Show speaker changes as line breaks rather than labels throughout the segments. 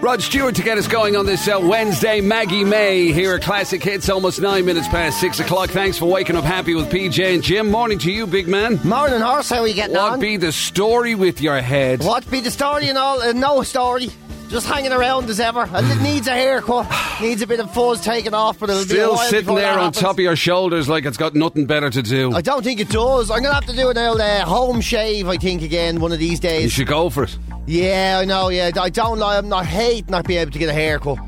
Rod Stewart to get us going on this uh, Wednesday. Maggie May here at Classic Hits, almost nine minutes past six o'clock. Thanks for waking up happy with PJ and Jim. Morning to you, big man.
Morning, horse. How are you getting
What
on?
be the story with your head?
what be the story and all? Uh, no story. Just hanging around as ever. And it needs a haircut. Needs a bit of fuzz taken off, but it'll be a
Still
while
sitting
before
there
that
on
happens.
top of your shoulders like it's got nothing better to do.
I don't think it does. I'm gonna have to do an old uh, home shave. I think again one of these
You
days.
should go for it.
Yeah, I know. Yeah, I don't. know. I'm not hate not being able to get a haircut. Do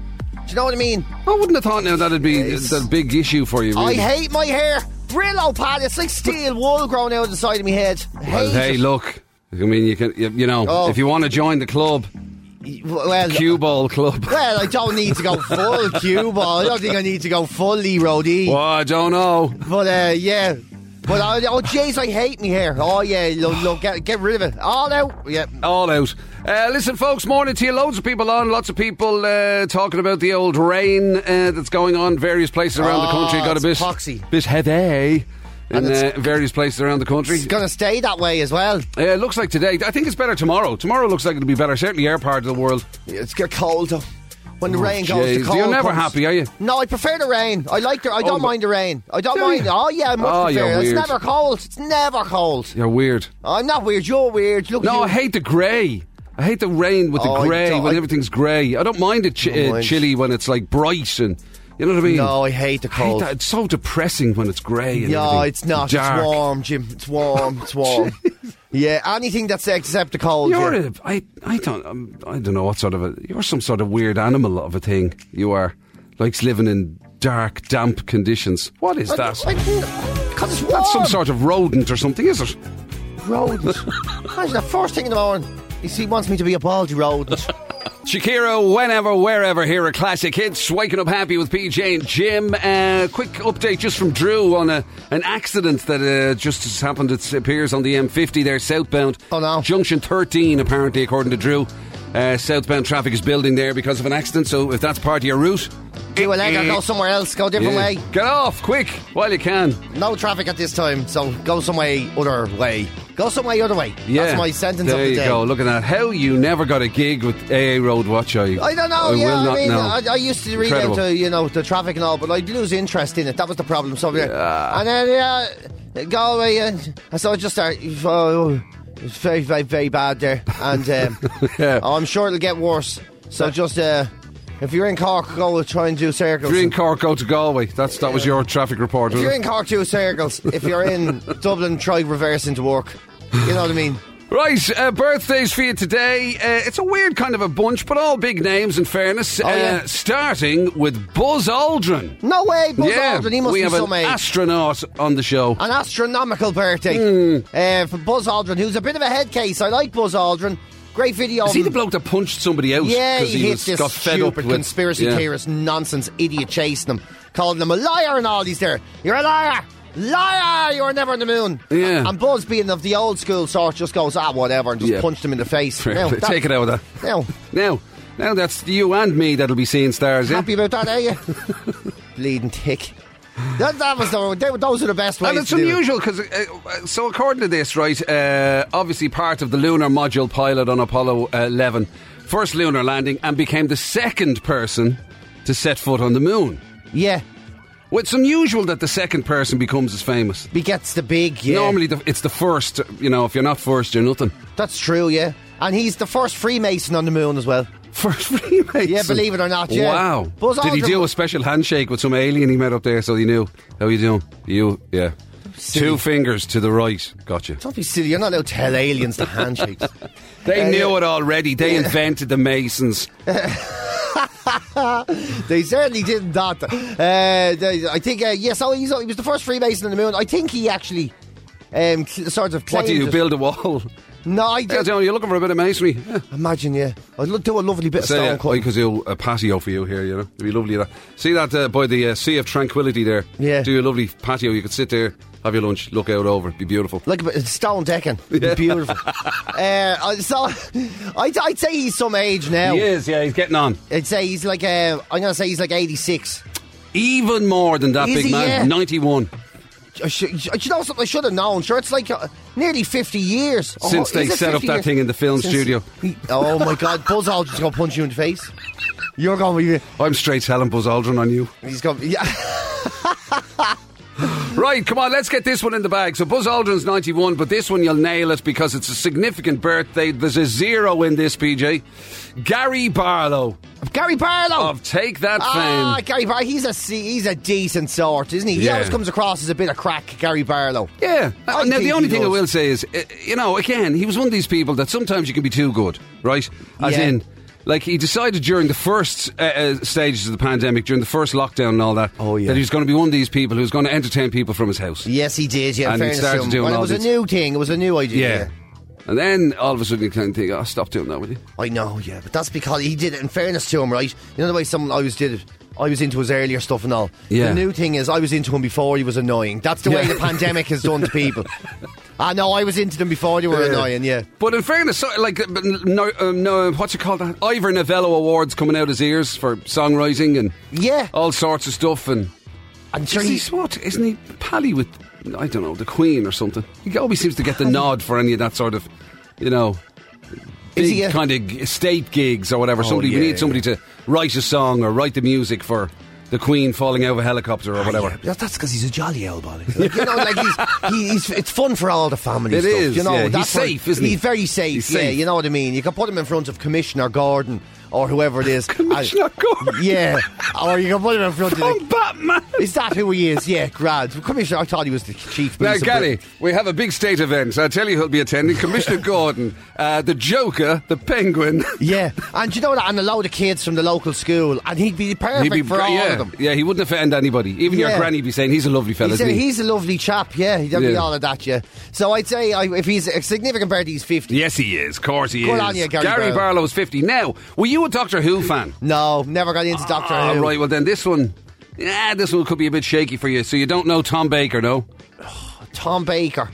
you know what I mean?
I wouldn't have thought now that'd be
Yes.
a big issue for you.
I
Really.
hate my hair. Brillo pad. It's like steel wool growing out of the side of my head.
Well,
Hate
hey,
it.
look. I mean, you can, you, you know,
Oh.
if you want to join the club,
Well,
Cue Ball Club.
Well, I don't need to go full Cuba. I don't think I need to go fully roadie.
Well, I don't know.
But uh, yeah. But I, oh jeez, I hate me hair. Oh yeah, look, look get, get rid of it. All out. Yeah.
All out. Uh, listen, folks, morning to you. Loads of people on, lots of people uh, talking about the old rain uh, that's going on various places around the
Oh,
country. Got a bit,
it's poxy.
bit heavy in
And
uh,
it's-
various places around the country.
It's gonna stay that way as well.
Uh, it looks like today. I think it's better tomorrow. Tomorrow looks like it'll be better. Certainly, our part of the world.
It's get cold though. When the rain
Oh, jeez.
goes, the cold
You're never
comes.
happy, are you? Oh,
No, I prefer the rain. I like the. I don't
but-
mind the rain. I don't
Do
mind.
you?
Oh yeah, I much
Oh,
prefer.
you're
it. It's
weird.
never cold. It's never cold.
You're weird.
I'm not weird. You're weird. Look.
No, I
at you.
hate the grey. I hate the rain with the
Oh, I
grey
don't-
when
I-
everything's grey. I don't mind it ch-
Don't
uh,
mind.
chilly when it's like bright and you know what I mean.
No, I hate the
I hate
cold.
that. It's so depressing when it's grey. and
No,
everything
it's not.
Dark.
It's warm, Jim. It's warm. It's warm. yeah, anything that's except the cold.
You're
yeah.
a, I, I don't um, I don't know what sort of a you're some sort of weird animal of a thing. You are likes living in dark, damp conditions. What is that?
Because it's warm.
That's some sort of rodent or something, is it?
rodent. Imagine the first thing in the morning. You see, he wants me to be a baldy rodent.
Shakira, whenever, wherever, here at Classic Hits. Waking up happy with PJ and Jim. Uh, quick update just from Drew on a, an accident that uh, just has happened. It appears on the M50 there, southbound.
Oh, no.
Junction 13, apparently, according to Drew. Uh, southbound traffic is building there because of an accident, so if that's part of your route.
Do a leg or go somewhere else. Go a different
yeah,
way.
Get off quick while you can.
No traffic at this time, so go some way other way. Go some way other way.
Yeah,
That's my sentence
there
of the
you
day.
go. Look at that. How you never got a gig with AA Road Watch? I
I don't know.
I
yeah,
will not
I mean,
know.
I, I used to read
Incredible.
into you know the traffic and all, but I lose interest in it. That was the problem. So yeah. and then yeah, Galway, and and so I just start. Oh, it's very, very, very bad there, and um,
Yeah.
oh, I'm sure it'll get worse. So just uh, if you're in Cork, go try and do circles.
If you're in Cork, go to Galway. That's that was your traffic report.
if
wasn't
you're
it?
in Cork, do circles. if you're in Dublin, try reversing to work. You know what I mean?
Right, uh, birthdays for you today. Uh, it's a weird kind of a bunch, but all big names. In fairness, uh,
Oh, yeah.
starting with Buzz Aldrin.
No way, Buzz
yeah,
Aldrin. He must
we
be
have
some
an
age.
astronaut on the show.
an astronomical birthday
Hmm.
uh, for Buzz Aldrin, who's a bit of a head case. I like Buzz Aldrin. Great video. of
Is he the
him.
bloke that punched somebody out?
yeah,
'cause
he,
he
hit
was,
this
got fed up
stupid
with
conspiracy
yeah.
theorist nonsense idiot chasing him, calling him a liar and all. He's there. You're a liar. Liar, you were never on the moon.
Yeah.
And Buzz, being of the old school sort, just goes, ah, whatever, and just
Yeah.
punched him in the face.
Fair
Now,
play.
that-
Take it out of that.
Now,
Now, now that's you and me that'll be seeing stars. Yeah?
happy about that, are you? Bleeding tick. That, that was the, they, were- those are the best ways
And it's
to do it.
unusual because, uh, uh, so according to this, right, uh, obviously part of the lunar module pilot on Apollo uh, 11, first lunar landing, and became the second person to set foot on the moon.
Yeah,
Well, it's unusual that the second person becomes as famous.
begets the big, yeah.
Normally, the, it's the first. You know, if you're not first, you're nothing.
That's true, yeah. And he's the first Freemason on the moon as well.
First Freemason.
Yeah, believe it or not, yeah.
Wow.
Buzz
Did he
Aldrin-
do a special handshake with some alien he met up there so he knew? How you doing? You, yeah. Two fingers to the right. Gotcha.
Don't be silly, you're not allowed to tell aliens the handshakes.
They
Uh,
knew it already. They invented the Masons.
they certainly didn't that. Uh, they, I think, uh, yeah, so he's, he was the first Freemason on the moon. I think he actually um, cl- sort of claimed
What do you
it.
build a wall?
No, I
Yeah,
did.
John, you're looking for a bit of masonry. Yeah.
Imagine, yeah. I'd lo- do a lovely bit of
Say,
stone
uh,
cutting.
because he'll a patio for you here. You know, it'd be lovely. That see that uh, by the uh, Sea of Tranquility there.
Yeah.
do a lovely patio. You could sit there, have your lunch, look out over. It'd be beautiful.
Like a bit of stone decking. It'd be Beautiful. uh, I- so I'd, I'd say he's some age now.
He is. Yeah, he's getting on.
I'd say he's like, uh, I'm going to say he's like 86.
Even more than that
Is
big
he,
man.
yeah?
Ninety-one.
I should, do you know something? I should have known. Sure, it's like uh, nearly fifty years Oh,
Since they
is it
set up
50
that
years?
thing in the film
Since-
studio.
Oh my God, Buzz Aldrin's gonna punch you in the face. You're gonna be.
I'm straight telling Buzz Aldrin on you.
He's gonna. be- Yeah.
Right, come on, let's get this one in the bag. So Buzz Aldrin's 91, but this one you'll nail it because it's a significant birthday. There's a zero in this, PJ. Gary Barlow
Gary Barlow.
of Take That
Ah,
Fame.
Gary Barlow. He's a se- he's a decent sort, isn't he? He
Yeah.
always comes across as a bit of crack, Gary Barlow.
Yeah.
I
now, the
think
only
he
thing I
does.
will say is, uh, you know, again, he was one of these people that sometimes you can be too good, right? As
Yeah.
in, like, he decided during the first uh, uh, stages of the pandemic, during the first lockdown and all that,
Oh, yeah.
that he was going to be one of these people who's going to entertain people from his house.
Yes, he did. Yeah,
And he
fairness
started
to him.
doing
Well,
all
it was
this-
a new thing. It was a new idea.
Yeah. And then all of a sudden you kind of think, oh, stop doing that, will you?
I know, yeah, but that's because he did it in fairness to him, right? You know the way some I was did it. I was into his earlier stuff and all.
Yeah.
The new thing is I was into him before he was annoying. That's the way
Yeah.
the pandemic has done to people. I know I was into them before they were annoying, yeah.
But in fairness, so, like, uh, but no, um, no, what's it called? Ivor Novello Awards coming out his ears for songwriting and
Yeah.
all sorts of stuff. And
And sure
isn't
he,
he what? Isn't he pally with I don't know the Queen or something? He always seems to get the nod for any of that sort of, you know,
Is
big
he a- Oh,
kind of g- state gigs or whatever. somebody
yeah,
we need somebody to write a song or write the music for the Queen falling out of a helicopter or whatever.
Ah, Yeah, that's because he's a jolly old body. Like, you know, like he's, he- he's it's fun for all the family.
It
stuff,
is,
You know,
yeah. He's
that's what-
safe, isn't he?
He's very safe.
He's
yeah,
safe.
you know what I mean. You can put him in front of Commissioner Gordon or whoever it is.
Commissioner Gordon.
Yeah, or you can put him in front of.
Oh,
The,
Batman!
is that who he is? Yeah, Grad. Commissioner, I thought he was the chief.
Now,
minister, but-
Gary, we have a big state event. I tell you who'll be attending. Commissioner Gordon, uh, the Joker, the Penguin.
Yeah, and you know that, and a load of kids from the local school, and he'd be perfect for all
yeah,
of them.
Yeah, he wouldn't offend anybody. Even your
Yeah.
granny'd be saying he's a lovely fella.
He's
isn't
a,
he?
he's a lovely chap, yeah. He'd be
Yeah.
all of that, yeah. So I'd say I, if he's a significant part, he's 50.
Yes, he is. Of course, he
Good
is.
on you, Gary
Barlow.
Barlow.
Barlow's 50. Now, were you a Doctor Who fan?
No, never got into Doctor
Ah,
Who.
right. Well, then this one. Yeah, this one could be a bit shaky for you. So you don't know Tom Baker, no?
Tom Baker.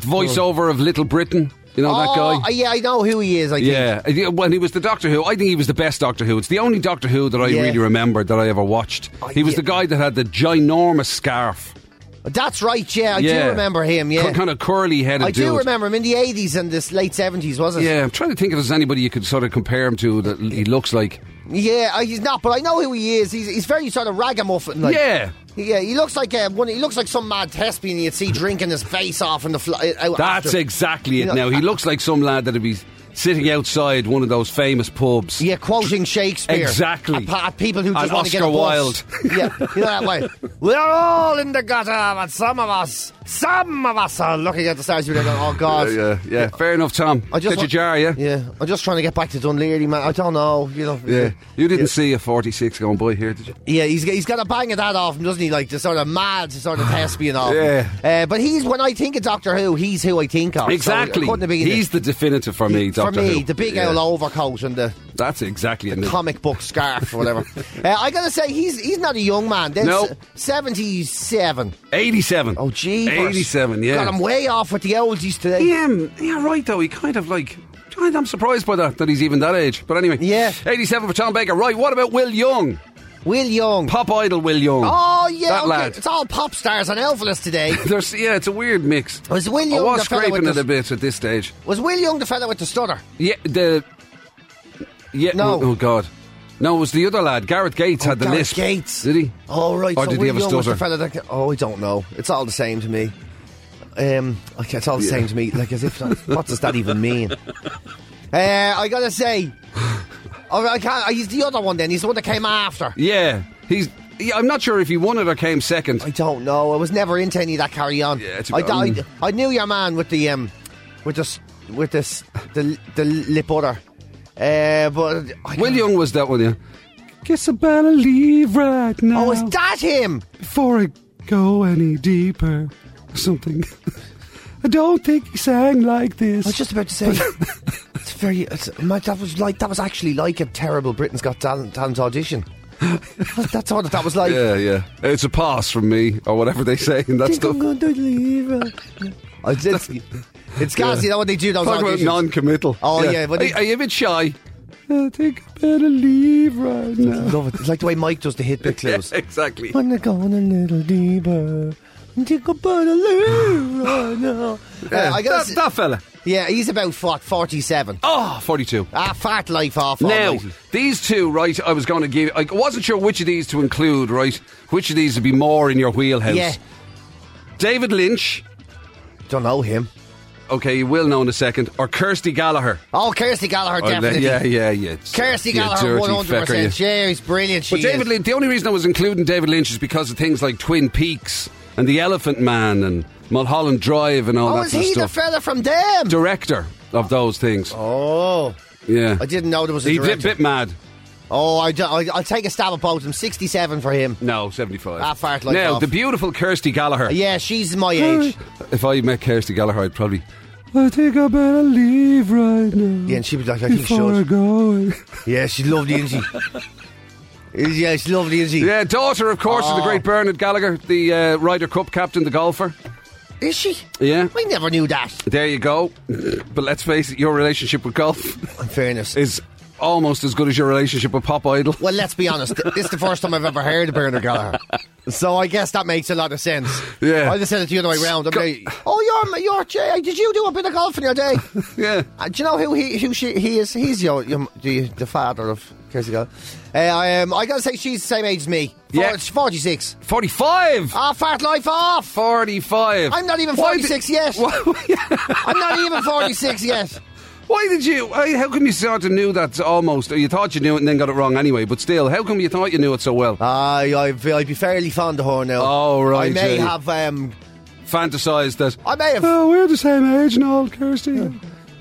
Voiceover of Little Britain. You know that
oh,
guy?
yeah, I know who he is. I think.
yeah, Uh, Yeah, when he was the Doctor Who, I think he was the best Doctor Who. It's the only Doctor Who that I
Yeah.
really remembered that I ever watched.
Oh,
he was
yeah.
the guy that had the ginormous scarf.
that's right. Yeah, I do remember him. Yeah,
kind of curly headed.
I do
dude.
remember him in the eighties and this late seventies, was it?
Yeah, I'm trying to think if there's anybody you could sort of compare him to that he looks like.
yeah. I, he's not, but I know who he is. He's, he's very sort of ragamuffin. Like.
yeah,
yeah. He looks like uh, one. He looks like some mad thespian you'd see drinking his face off in the. Fl- uh, out
that's
after.
exactly it.
You know,
now he looks like some lad that'd be sitting outside one of those famous pubs.
Yeah, quoting Shakespeare.
Exactly.
At, pa- at people who just
And
want to get a
Oscar Wilde.
bus. Yeah, you know that way. We're all in the gutter, but some of us, some of us are looking at the stars. We're like, oh
Uh,
god.
yeah, yeah. Fair enough, Tom.
I just
Get your jar,
want-
yeah.
Yeah, I'm just trying to get back to Dunleary, man. I don't know, you know.
Yeah. You didn't see a 46 going by here, did you?
yeah. He's he's got a bang of that off him, doesn't he? Like the sort of mad, sort of thespian off. him. Uh, but he's when I think of Doctor Who, he's who I think of. So
Exactly.
it couldn't have been
He's the definitive for me,
for
Doctor
me
Who.
the big
Yeah.
old overcoat and the
That's exactly it.
comic book scarf or whatever. uh, I gotta say, he's he's not a young man. That's
No.
seventy-seven.
87.
Oh, gee,
87, yeah.
Got him way off with the oldies today.
Yeah, um, yeah, right though. He kind of like. I'm surprised by that that he's even that age. But anyway,
Yeah.
87 for Tom Baker. Right, what about Will Young?
Will Young.
Pop idol Will Young.
Oh yeah,
that
okay.
lad.
it's all pop stars and Elvis today.
There's, yeah, it's a weird mix.
Was Will
I
Young
was
the fella
scraping
with
it
the-
a bit at this stage.
Was Will Young the fella with the stutter?
Yeah, the yeah.
No. Oh,
Oh, oh, God, no, it was the other lad. Gareth Gates had the
Gareth
lisp.
Gates.
Did he?
Oh right,
Or
so
did
Will
he have a
Young was the
stutter?
fella that, oh, I don't know. It's all the same to me. Um, okay, it's all the same to me. Like as if what does that even mean? Uh, I gotta say, oh, I can't, he's the other one. Then he's the one that came after.
Yeah, he's. Yeah, I'm not sure if he won it or came second.
I don't know. I was never into any of that carry on.
Yeah, it's
I,
about-
I, I knew your man with the um, with this with this the the lip butter. Uh, but I
Will
can't-
Young was that one, yeah. Guess I better leave right now.
Oh, is that him?
before I go any deeper, or something. I don't think he sang like
I was
this.
just about to say. It's very. It's, my, that was like that was actually like a terrible Britain's Got Talent, Talent audition. That's all that, that was like.
Yeah, yeah. It's a pass from me, or whatever they say in that
Think
stuff.
I'm going to leave. I did. It's gas. You know what they do those
Talk about
auditions.
non-committal.
Oh, yeah, but
are,
it-
are you a bit shy? I think I better leave right now.
Love it. It's like the way Mike does the hit bit clues.
exactly.
I'm going a little deeper. Think about a little right now. Uh, I gotta
that,
say,
that fella.
yeah, he's about what, 47.
Oh, 42.
Ah, fat life off.
Now,
almighty.
these two, right, I was going to give. I wasn't sure which of these to include, right? Which of these would be more in your wheelhouse?
Yeah.
David Lynch,
Don't know him.
okay, you will know in a second, or Kirsty Gallagher.
Oh, Kirsty Gallagher,
Or the-
definitely.
yeah, yeah, yeah.
Kirsty
You
Gallagher,
dirty
100%.
fecker, you.
yeah, he's brilliant. She
But David
is.
Lynch, the only reason I was including David Lynch is because of things like Twin Peaks and The Elephant Man and Mulholland Drive and all
Oh,
that
is
sort of
he the
stuff.
fella from them?
Director of those things.
oh,
yeah.
I didn't know there was a
He did
director.
bit mad.
Oh, I, do- I, I'll take a stab at both of them. 67 for him.
No, 75.
Ah, fart like
Now,
off.
the beautiful Kirsty Gallagher.
Yeah, she's my age.
If I met Kirsty Gallagher, I'd probably. I think I better leave right now.
Yeah, and she'd be like, I think she should.
go.
Yeah, she's lovely, isn't she? yeah, she's lovely, isn't she?
Yeah, daughter, of course, of the
Oh.
great Bernard Gallagher, the uh, Ryder Cup captain, the golfer.
Is she?
Yeah.
I never knew that.
There you go. But let's face it, your relationship with golf
In fairness.
is almost as good as your relationship with Pop Idol.
Well, let's be honest. This is the first time I've ever heard of Bernard Gallagher. So I guess that makes a lot of sense.
Yeah.
I just said it the other way round. I'm
Go-
like, oh, you're, you're Jay. Did you do a bit of golf in your day?
Yeah.
Uh, do you know who he who she, he is? He's your, your the, the father of Kirsty Gallagher. Uh, I um, I gotta say she's the same age as me. Four,
Yeah.
She's forty six.
45!
Ah, fat life off.
45.
I'm not even
Why
forty
did-
six yet. I'm not even forty six yet.
Why did you? why- How come you sort of knew that almost? Or you thought you knew it and then got it wrong anyway, but still, how come you thought you knew it so well?
I I'd, I'd be fairly fond of her now.
Oh, right,
I may
yeah.
have um
Fantasised that.
I may have.
Oh, we're the same age and all, Kirsty.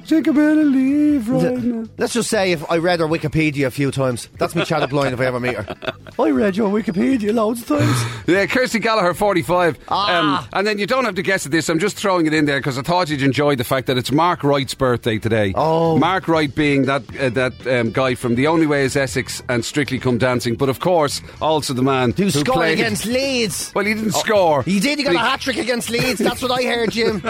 Think I better leave right now.
Let's just say if I read her Wikipedia a few times. That's my chat up line if I ever meet her. I read your Wikipedia loads of times.
Yeah, Kirsty Gallagher, 45.
Ah.
and then you don't have to guess at this. I'm just throwing it in there because I thought you'd enjoy the fact that it's Mark Wright's birthday today.
Oh.
Mark Wright being that uh, that um, guy from The Only Way is Essex and Strictly Come Dancing, but of course, also the man
Who scored
played-
against Leeds?
Well, he didn't score.
He did. He got
But
a hat trick against Leeds. That's what I heard, Jim.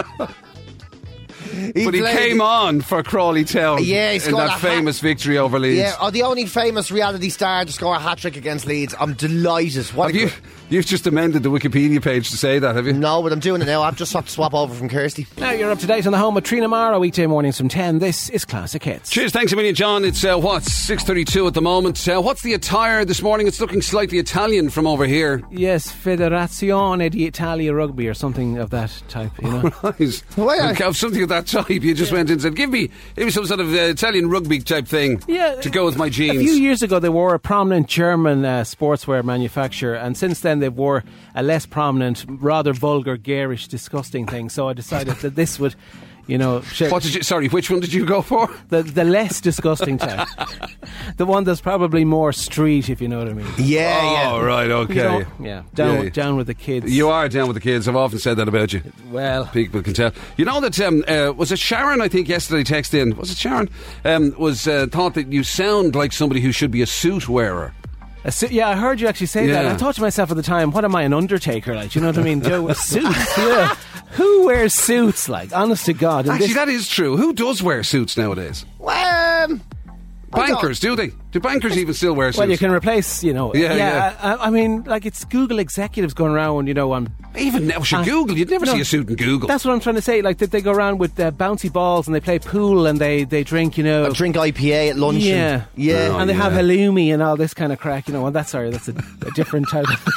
he
But he
played-
came on for Crawley Town
Yeah, he
in
scored a
that
hat-
famous victory over Leeds.
Yeah, oh, the only famous reality star to score a hat trick against Leeds. I'm delighted. What
Have
a
you,
good-
you've just amended the Wikipedia page to say that, have you?
No, but I'm doing it now. I've just had to swap over from Kirsty.
Now you're up to date on the home of Trina Mara weekday mornings from 10. This is Classic Hits.
Cheers, thanks a million, John. It's uh, what six thirty-two at the moment. Uh, what's the attire this morning? It's looking slightly Italian from over here.
Yes, Federazione di Italia Rugby or something of that type, you know.
Nice.
Why not?
Of something of that type. You just went in and said, "Give me, give me some sort of uh, Italian rugby type thing."
Yeah,
to go with my
A few
jeans.
years ago, they wore a prominent German uh, sportswear manufacturer, and since then they wore a less prominent, rather vulgar, garish, disgusting thing. So I decided that this would, you know, sh-
What did you? Sorry, which one did you go for?
the the less disgusting type, the one that's probably more street, if you know what I mean.
Yeah, yeah.
Oh, right,
You know?
okay.
yeah, down
Yeah,
with- down with the kids.
You are down with the kids. I've often said that about you.
well.
People can tell. You know that um, uh, was it Sharon? I think yesterday text in was it Sharon? Um, was uh, thought that you sound like somebody who should be a suit wearer.
A suit, yeah, I heard you actually say that.
Yeah.
I thought to myself at the time, what am I, an undertaker? Like, do you know what I mean? Joe, suits, yeah. Who wears suits? Like, honest to God. in
Actually,
this-
that is true. Who does wear suits nowadays?
Well, um, I don't-
Bankers, do they? Do bankers even still wear suits?
well, you can replace, you know.
Yeah, yeah.
I- I, I mean, like, it's Google executives going around, you know, I'm
even now, should Google. You'd never
No.
see a suit in Google.
That's what I'm trying to say. Like, that they go around with uh, bouncy balls and they play pool and they, they drink, you know.
I drink IPA at lunch.
Yeah.
and- yeah.
Oh,
and they have
yeah.
halloumi and all this kind of crack, you know. And that's, sorry, that's a, a different type of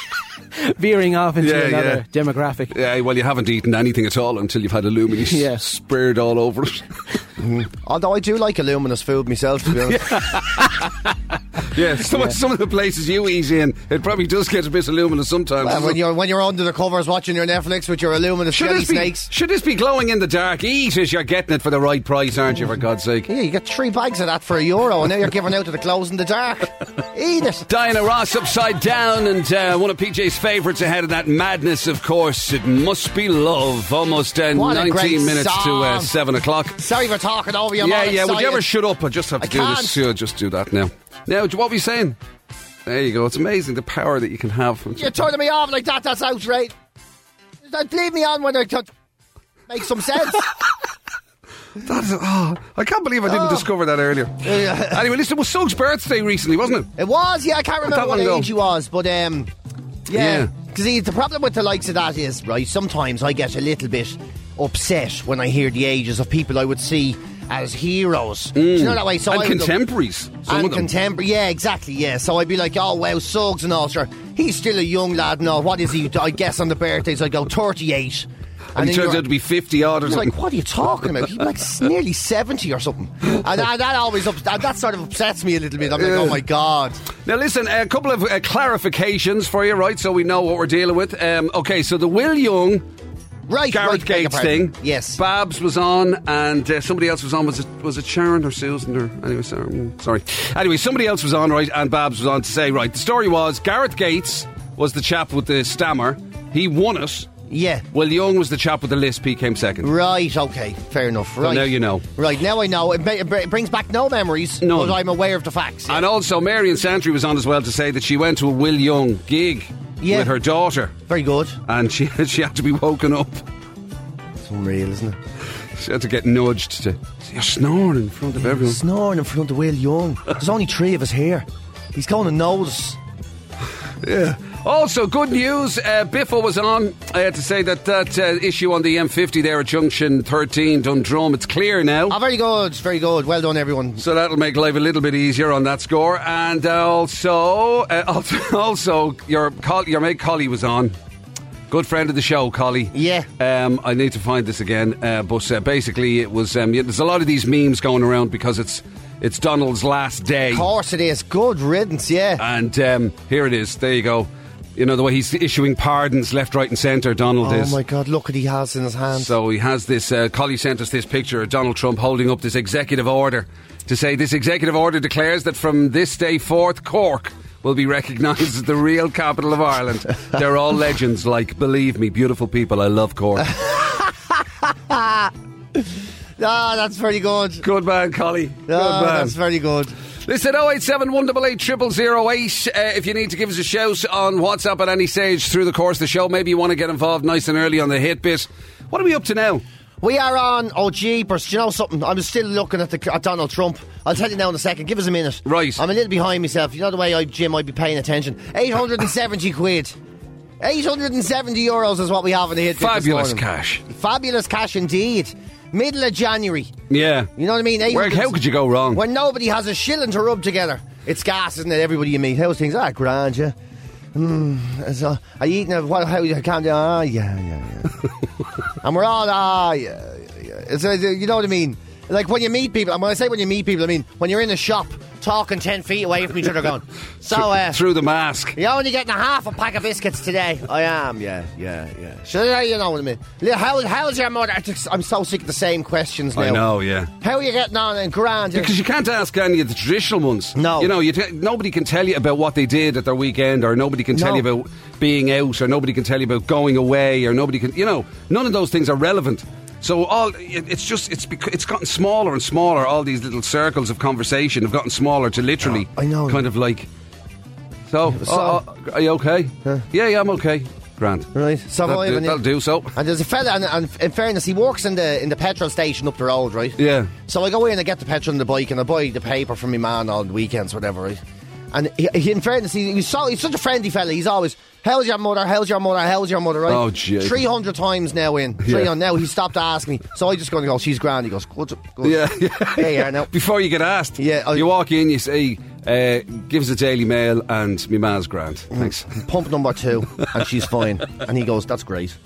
veering off into
Yeah,
another demographic.
yeah, well, you haven't eaten anything at all until you've had aluminum
Yeah.
sprayed all over it.
Although I do like luminous food myself, to be honest.
yeah, some, some of the places you eat in, it probably does get a bit aluminous sometimes.
Well, when
doesn't it?
you're when you're under the covers watching your Netflix with your luminous
should,
jelly
this be,
snakes.
should this be glowing in the dark? Eat as you're getting it for the right price, aren't you, for God's sake?
Yeah, you get three bags of that for a euro, and now you're giving out to the clothes in the dark. Eat it.
Diana Ross upside down, and uh, one of PJ's favourites ahead of that madness, of course. It must be love. Almost uh,
What a
19
great
minutes to uh,
song.
7 o'clock.
Sorry for talking over you. I'm
yeah,
all
yeah. Would you
excited.
ever shut up? I just have to
I
do this.
can't.
Yeah, just do that now. Now, what were you saying? There you go. It's amazing the power that you can have.
You're turning me off like that. That's outrage. Don't Leave me on when I touch. Makes some sense.
That is, oh, I can't believe I didn't
Oh.
discover that earlier. anyway, listen, it was Sog's birthday recently, wasn't it?
it was. Yeah, I can't remember
that
what
one go?
age you was, but um, yeah.
Yeah.
Because the problem with the likes of that is, right, sometimes I get a little bit upset when I hear the ages of people I would see as heroes. Do you know that way? So
Mm. and
I would go-
contemporaries. Some
and
of them.
contemporary, yeah, exactly, yeah. So I'd be like, oh wow, Suggs and all, sure. He's still a young lad now. What is he? I guess on the birthdays I go thirty-eight,
and it
then
turns
you're-
out to be 50 odd or
you're
something.
like, what are you talking about? He's like s- nearly seventy or something, and that, that always ups- that, that sort of upsets me a little bit. I'm like, oh my god,
Now, listen, a couple of uh, clarifications for you, right? So we know what we're dealing with. Um, okay, so the Will Young,
right?
Gareth
right, beg your
Gates
pardon.
thing.
yes.
Babs was on, and uh, somebody else was on. Was it was it Sharon or Susan or anyway? Sorry, mm, sorry. Anyway, somebody else was on, right? And Babs was on to say, right. The story was Gareth Gates was the chap with the stammer. He won it.
yeah.
Well, Young was the chap with the lisp. He came second.
Right, okay, fair enough. Right.
now you know.
Right, now I know. It, ma- it br- it brings back no memories,
None.
but I'm aware of the facts.
And also, Marion Santry was on as well to say that she went to a Will Young gig
Yeah.
with her daughter,
Very good.
and she she had to be woken up.
It's unreal, isn't it?
She had to get nudged to. You're snoring in front of everyone.
Snoring in front of Will Young. There's only three of us here. He's going to notice.
Also, good news. Uh, Biffo was on uh, to say that that uh, issue on the M50 there at Junction 13 Dundrum, it's clear now.
Ah, very good, very good. Well done, everyone.
so that'll make life a little bit easier on that score. And also, uh, also, also your Col- your mate Collie was on. Good friend of the show, Collie.
Yeah.
Um, I need to find this again. Uh, but uh, basically, it was. Um, yeah, there's a lot of these memes going around because it's it's Donald's last day.
Of course it is. Good riddance, yeah.
And um, here it is. There you go. You know the way he's issuing pardons left, right, and centre. Donald
Oh
is.
my God, look what he has in his hand.
So he has this. Uh, Collie sent us this picture of Donald Trump holding up this executive order to say this executive order declares that from this day forth, Cork will be recognised as the real capital of Ireland. They're all legends. Like, believe me, beautiful people. I love Cork.
Ah, that's very good.
Good man, Collie. Good
Ah,
man.
that's very good.
Listen, 087 188 0008. Uh, if you need to give us a shout on WhatsApp at any stage through the course of the show, maybe you want to get involved nice and early on the hit bit. What are we up to now?
We are on. Oh, jeepers. Do you know something? I'm still looking at, the, at Donald Trump. I'll tell you now in a second. Give us a minute.
Right.
I'm a little behind myself. You know the way I, Jim, I'd be paying attention. 870 quid. 870 euros is what we have in the hit. this
Fabulous
morning.
cash.
Fabulous cash indeed. Middle of January.
Yeah.
You know what I mean?
Where, how could you go wrong?
When nobody has a shilling to rub together. It's gas, isn't it? Everybody you meet. How's things? Ah, grand, yeah. Mm, it's, uh, are you eating a, what, how you can't, ah, yeah, yeah, yeah. and we're all, ah, yeah, yeah. It's, uh, you know what I mean? Like when you meet people, and when I say when you meet people, I mean when you're in a shop talking 10 feet away from each other going, so, uh,
through the mask.
you're only getting a half a pack of biscuits today. I am, yeah, yeah, yeah. So there you know what I mean. Li- How, how's your mother? I just- I'm so sick of the same questions now.
I know, yeah.
How are you getting on in grand?
Because you can't ask any of the traditional ones.
No.
You know, you t- nobody can tell you about what they did at their weekend, or nobody can tell
No.
you about being out, or nobody can tell you about going away, or nobody can, you know, none of those things are relevant. So all it, it's just it's bec- it's gotten smaller and smaller. All these little circles of conversation have gotten smaller to literally,
Oh, I know.
kind of like. So, oh, oh, are you okay? yeah, yeah, I'm okay. Grand.
Right,
That'll do,
surviving.
that'll
yeah.
do. So,
And there's a fella, and, and in fairness, he works in the in the petrol station up the road, right?
Yeah.
So I go in, I get the petrol on the bike, and I buy the paper from my man on weekends, whatever. Right? And he, he, in fairness, he, he's, so, he's such a friendly fella. He's always, "How's your mother? How's your mother? How's your mother?" Right?
Oh, Jesus.
Three hundred times now in.
Yeah.
Three on now. He stopped asking me, so I just going to go. She's grand. He goes, "Good, good."
yeah, yeah.
There you are now.
Before you get asked,
Yeah, I-
you walk in, you say, uh, "Give us a Daily Mail and me ma's grand."
Mm.
Thanks.
Pump number two, and she's fine. And he goes, "That's great."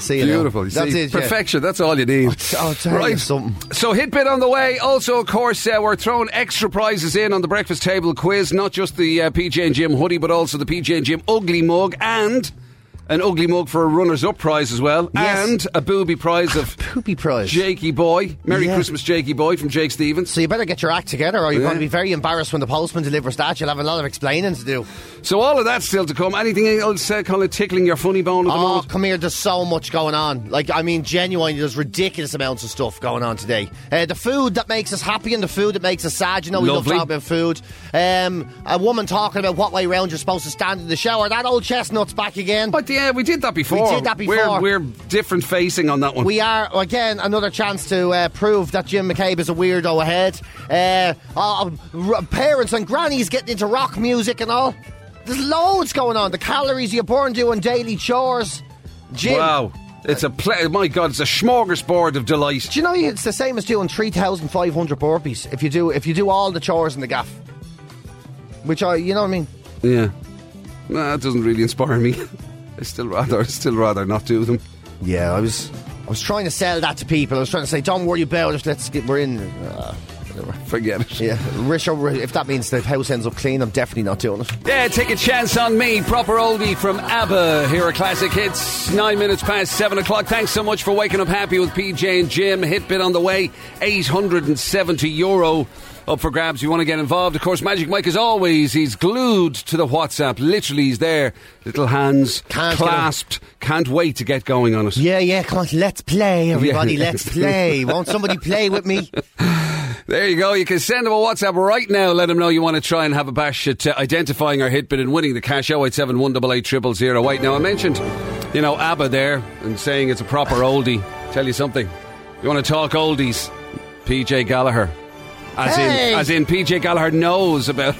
See you. now."
Beautiful. You
That's
see,
it. yeah.
Perfection. That's all you need.
I'll tell you something.
So, hit bit on the way. Also, of course, uh, we're throwing extra prizes in on the breakfast table quiz. Not just the uh, PJ and Jim hoodie, but also the PJ and Jim ugly mug and an ugly mug for a runners up prize as well,
Yes.
and a booby prize of
Poopy prize.
Jakey Boy. Merry
Yeah.
Christmas, Jakey Boy from Jake Stevens.
So you better get your act together, or you're
Yeah.
going to be very embarrassed when the postman delivers that. You'll have a lot of explaining to do.
So all of that's still to come. Anything else, uh, Colin, tickling your funny bone at the
Oh,
moment?
come here! There's so much going on. Like, I mean, genuinely, there's ridiculous amounts of stuff going on today. Uh, the food that makes us happy and the food that makes us sad. You know, we
Lovely.
love talking about food. Um, a woman talking about what way round you're supposed to stand in the shower. That old chestnut's back again.
But yeah, we did that before.
did that
We're,
before.
we're different facing on that one.
We are again another chance to uh, prove that Jim McCabe is a weirdo ahead. Uh, uh, r- parents and grannies getting into rock music and all. There's loads going on. The calories you burn doing daily chores, gym.
Wow. It's a ple- my god, it's a smorgasbord of delight.
Do you know it's the same as doing three thousand five hundred burpees if you do if you do all the chores in the gaff. Which I, you know what I mean.
Yeah. Nah, that doesn't really inspire me. I still rather, I still rather not do them.
Yeah, I was I was trying to sell that to people. I was trying to say, don't worry about it. Let's get we're in. Uh,
Forget it.
yeah, Rich, if that means the house ends up clean, I'm definitely not doing it.
Yeah, take a chance on me. Proper oldie from ABBA. Here are classic hits. Nine minutes past seven o'clock. Thanks so much for waking up happy with PJ and Jim. Hit bit on the way. 870 euro up for grabs. You want to get involved? Of course, Magic Mike, as always, he's glued to the WhatsApp. Literally, he's there. Little hands
Can't get
clasped. Can't wait to get going on it.
Yeah, yeah, come on, let's play, everybody,
Yeah.
let's play. Won't somebody play with me?
There you go. You can send him a WhatsApp right now. Let him know you want to try and have a bash at uh, identifying our hit bit and winning the cash 087 188 0008. Now, I mentioned, you know, ABBA there and saying it's a proper oldie. Tell you something. You want to talk oldies? PJ Gallagher. As
Hey!
in, as in, PJ Gallagher knows about.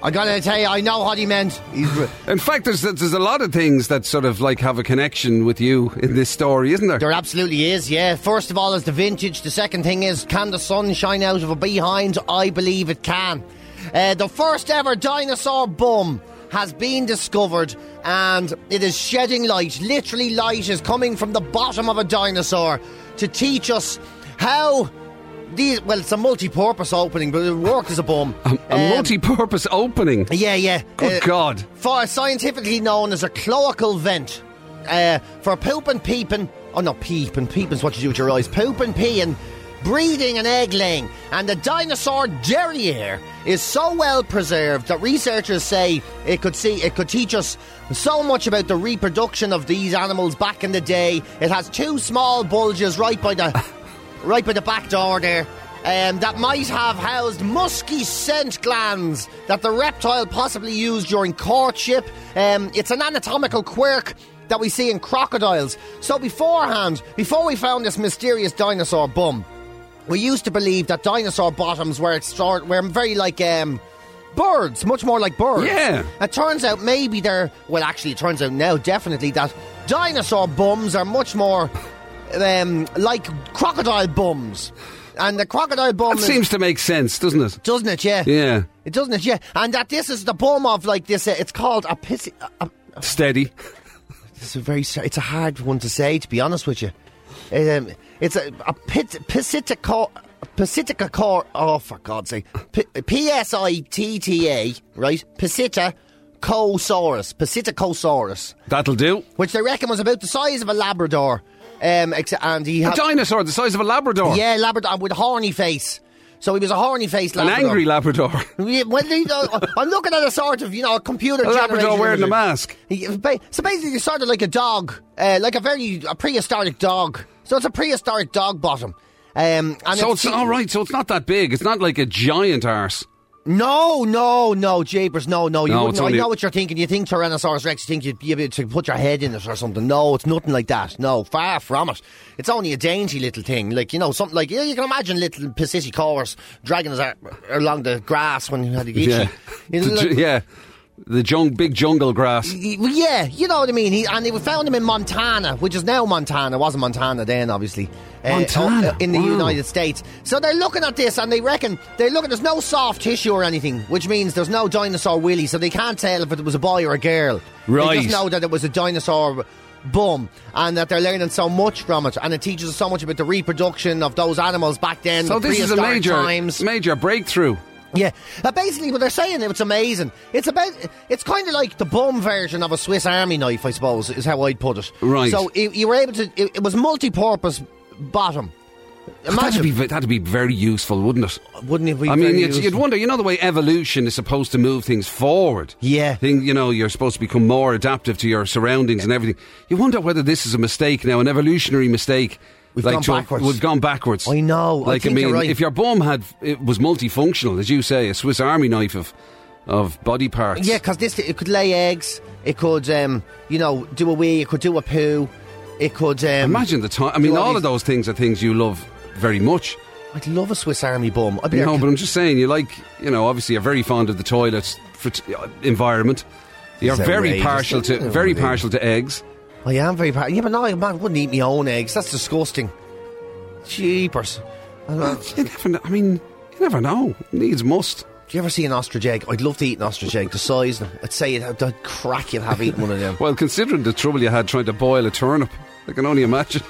I gotta tell you, I know what he meant. He's r-
in fact, there's there's a lot of things that sort of like have a connection with you in this story, isn't there?
There absolutely is, yeah. First of all, is the vintage. The second thing is, can the sun shine out of a behind? I believe it can. Uh, the first ever dinosaur bum has been discovered, and it is shedding light. Literally, light is coming from the bottom of a dinosaur to teach us how. These, well, it's a multi-purpose opening, but it worked as a bum.
A, a
Um,
multi-purpose opening.
yeah, yeah.
Good
Uh,
God.
for scientifically known as a cloacal vent. Uh, for poop and peeping. Oh, no, peep and peeping's what you do with your eyes. Poop and peeing, breeding and egg laying. And the dinosaur derriere is so well preserved that researchers say it could see it could teach us so much about the reproduction of these animals back in the day. It has two small bulges right by the right by the back door there. Um, that might have housed musky scent glands that the reptile possibly used during courtship. Um, it's an anatomical quirk that we see in crocodiles. So, beforehand, before we found this mysterious dinosaur bum, we used to believe that dinosaur bottoms were extra- were very like um, birds, much more like birds.
Yeah.
It turns out maybe they're well. Actually, it turns out now definitely that dinosaur bums are much more um, like crocodile bums, and the crocodile bum
That
is-
seems to make sense, doesn't it?
doesn't it? Yeah.
Yeah.
It doesn't it? Yeah. And that this is the bum of like this. Uh, it's called a pissy. A, a,
Steady.
it's a very. s- It's a hard one to say, to be honest with you. Um, it's a a pit pisitico. Pasitica cor oh for God's sake P S I T T A right Pasita cosaurus Pasitacosaurus
That'll do.
which they reckon was about the size of a Labrador um ex- and he
A
had
dinosaur the size of a Labrador.
yeah Labrador with a horny face so he was a horny faced
An
Labrador
angry Labrador.
Yeah, well, you know, I'm looking at a sort of, you know, a computer.
A Labrador wearing a mask.
So basically, you're sort of like a dog, uh, like a very a prehistoric dog. So it's a prehistoric dog bottom. Um, and
So it's all right. So it's not that big. It's not like a giant arse.
No, no, no, Japers, no, no. You
No,
wouldn't,
it's
I
only-
know what you're thinking. You think Tyrannosaurus Rex, you think you'd be able to put your head in it or something. No, it's nothing like that. No, far from it. It's only a dainty little thing. Like, you know, something like, you, you can imagine little Pacific Cores dragging his ar- along the grass when he had a itchy.
Yeah,
You know,
The
like-
ju- yeah. The jung- big jungle grass.
Y- well, Yeah, you know what I mean. He, and they found him in Montana, which is now Montana. It wasn't Montana then, obviously. Uh,
Montana,
uh, in the
wow.
United States. So they're looking at this, and they reckon they look at there's no soft tissue or anything, which means there's no dinosaur willy, so they can't tell if it was a boy or a girl. They
Right.
just know that it was a dinosaur bum, and that they're learning so much from it, and it teaches us so much about the reproduction of those animals back then.
So this is a
prehistoric
major,
times.
major breakthrough.
Yeah, uh, basically what they're saying it's amazing. It's about it's kind of like the bum version of a Swiss Army knife, I suppose, is how I'd put it.
Right.
So you you were able to. It, it was multi-purpose bottom.
That'd
Imagine,
be ve- that'd be very useful, wouldn't it?
wouldn't it be?
I mean,
very
you'd, you'd
useful?
wonder. You know the way evolution is supposed to move things forward.
Yeah.
Thing, you know, you're supposed to become more adaptive to your surroundings and everything. You wonder whether this is a mistake now, an evolutionary mistake.
We've gone
to-
backwards.
We've gone backwards.
I know, I
Like I,
think
mean,
you're right.
if your bum had it was multifunctional, as you say, a Swiss Army knife of of body parts.
Yeah, because this it could lay eggs. It could, um, you know, do a wee. It could do a poo. It could. Um,
Imagine the time. I mean,
Do all
all
these-
of those things are things you love very much.
I'd love a Swiss Army bum. I'd be
No,
like,
but I'm just saying, you like, you know, obviously you're very fond of the toilet fr- uh, environment. You're
It's
very
outrageous,
partial to
isn't it?
very partial to eggs.
I am very proud. Yeah, but no, man, I wouldn't eat my own eggs. That's disgusting. Jeepers. I'm not-
You never, kn- I mean, you never know. Needs must.
Do you ever see an ostrich egg? I'd love to eat an ostrich egg. The size, of them. I'd say it, the crack you'd have eating one of them.
Well, considering the trouble you had trying to boil a turnip, I can only imagine.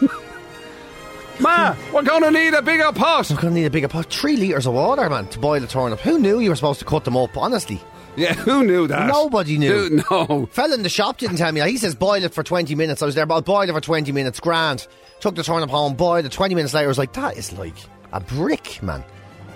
Ma, we're going to need a bigger pot.
I'm gonna need a bigger pot. Three litres of water, man, to boil a turnip. Who knew you were supposed to cut them up? Honestly,
Yeah, who knew that?
Nobody knew.
Who- no.
fell in the shop didn't tell me. that. He says boil it for twenty minutes. I was there, but I'll boil it for twenty minutes. Grand. Took the turnip home, boiled it. Twenty minutes later, I was like, that is like a brick, man.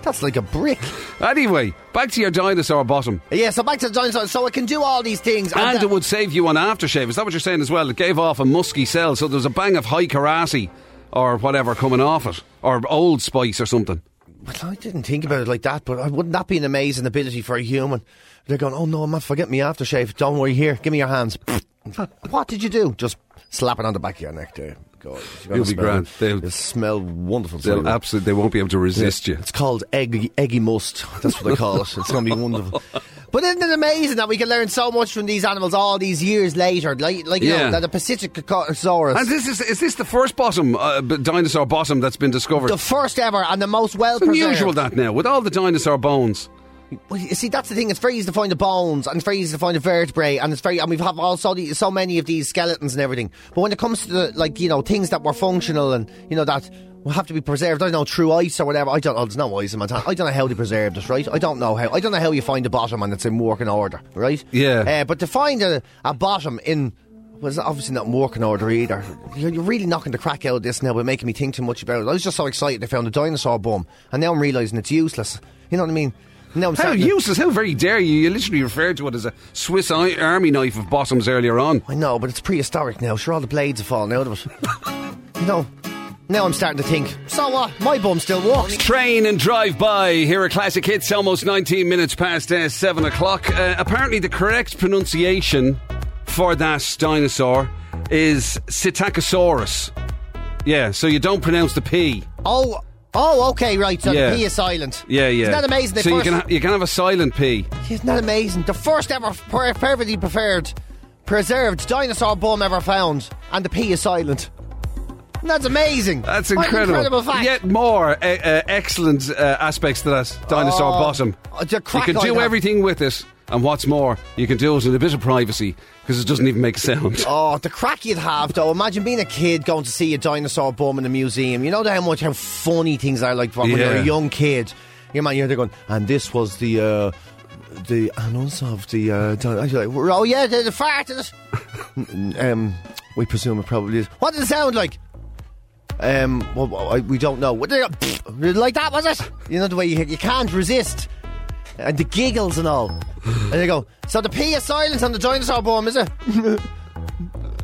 That's like a brick.
Anyway, back to your dinosaur bottom.
yeah. So back to the dinosaur. So I can do all these things.
And
the-
it would save you on aftershave. Is that what you're saying as well? It gave off a musky smell, so there's a bang of high karate or whatever coming off it, or old spice or something.
Well, I didn't think about it like that, but I- wouldn't that be an amazing ability for a human? They're going, oh no, man, forget me aftershave. Don't worry, here, give me your hands. what did you do? Just slap it on the back of your neck there. God, you're gonna
You'll be
smell
grand.
it.
They'll-
It'll smell wonderful.
They'll
smelling.
absolutely, they won't be able to resist you.
It's called eggy, eggy must. That's what they call it. It's going to be wonderful. But isn't it amazing that we can learn so much from these animals all these years later? Like, like you
Yeah.
know, that the Pacific Cacosaurus.
And this is, is this the first bottom, uh, b- dinosaur bottom that's been discovered?
the first ever and the most well
it's
preserved.
unusual that now, with all the dinosaur bones.
Well, you see, that's the thing. It's very easy to find the bones, and it's very easy to find the vertebrae, and it's very. And we've have also the, so many of these skeletons and everything. But when it comes to the like, you know, things that were functional and you know that will have to be preserved. I don't know true ice or whatever. I don't. Oh, there's no ice in my town. I don't know how they preserved it, right? I don't know how. I don't know how you find the bottom and it's in working order, right?
Yeah.
Uh, but to find a, a bottom in. Was obviously not in working order either. You're you're really knocking the crack out of this now by making me think too much about it. I was just so excited I found a dinosaur bum, and now I'm realising it's useless. You know what I mean? Now I'm
How
starting to-
useless, how very dare you. You literally referred to it as a Swiss i- army knife of bottoms earlier on.
I know, but it's prehistoric now. Sure, all the blades have fallen out of it. you know, now I'm starting to think, so what? My bum still walks.
Train and drive by. Here are classic hits, almost 19 minutes past uh, 7 o'clock. Uh, apparently, the correct pronunciation for that dinosaur is Psittacosaurus. Yeah, so you don't pronounce the P.
Oh, oh, okay, right. So
Yeah.
the P is silent.
Yeah, yeah.
Isn't that amazing? The
So you
first,
can, ha- you can have a silent P.
Isn't that amazing? The first ever per- perfectly preferred, preserved dinosaur bum ever found, and the P is silent. That's amazing.
That's
What an
incredible.
incredible fact.
Yet more uh, uh, excellent uh, aspects to that dinosaur
Oh,
bottom.
oh, the
You
crack
can
I
do
got.
everything with it, and what's more, you can do it in a bit of privacy because it doesn't even make a sound.
Oh, the crack you'd have though. Imagine being a kid going to see a dinosaur bum in a museum. You know how much how funny things are like when you're
Yeah.
a young kid. You man, you're there going, and this was the uh, the annals of the uh, dino- You're like, oh yeah, the, the fart. in it." N- um, we presume it probably is. What does it sound like? Um, well, well, I, we don't know. What did it- Like that was it? You know the way you, you can't resist, and the giggles and all. And they go, so the P is silent on the dinosaur bum, is it?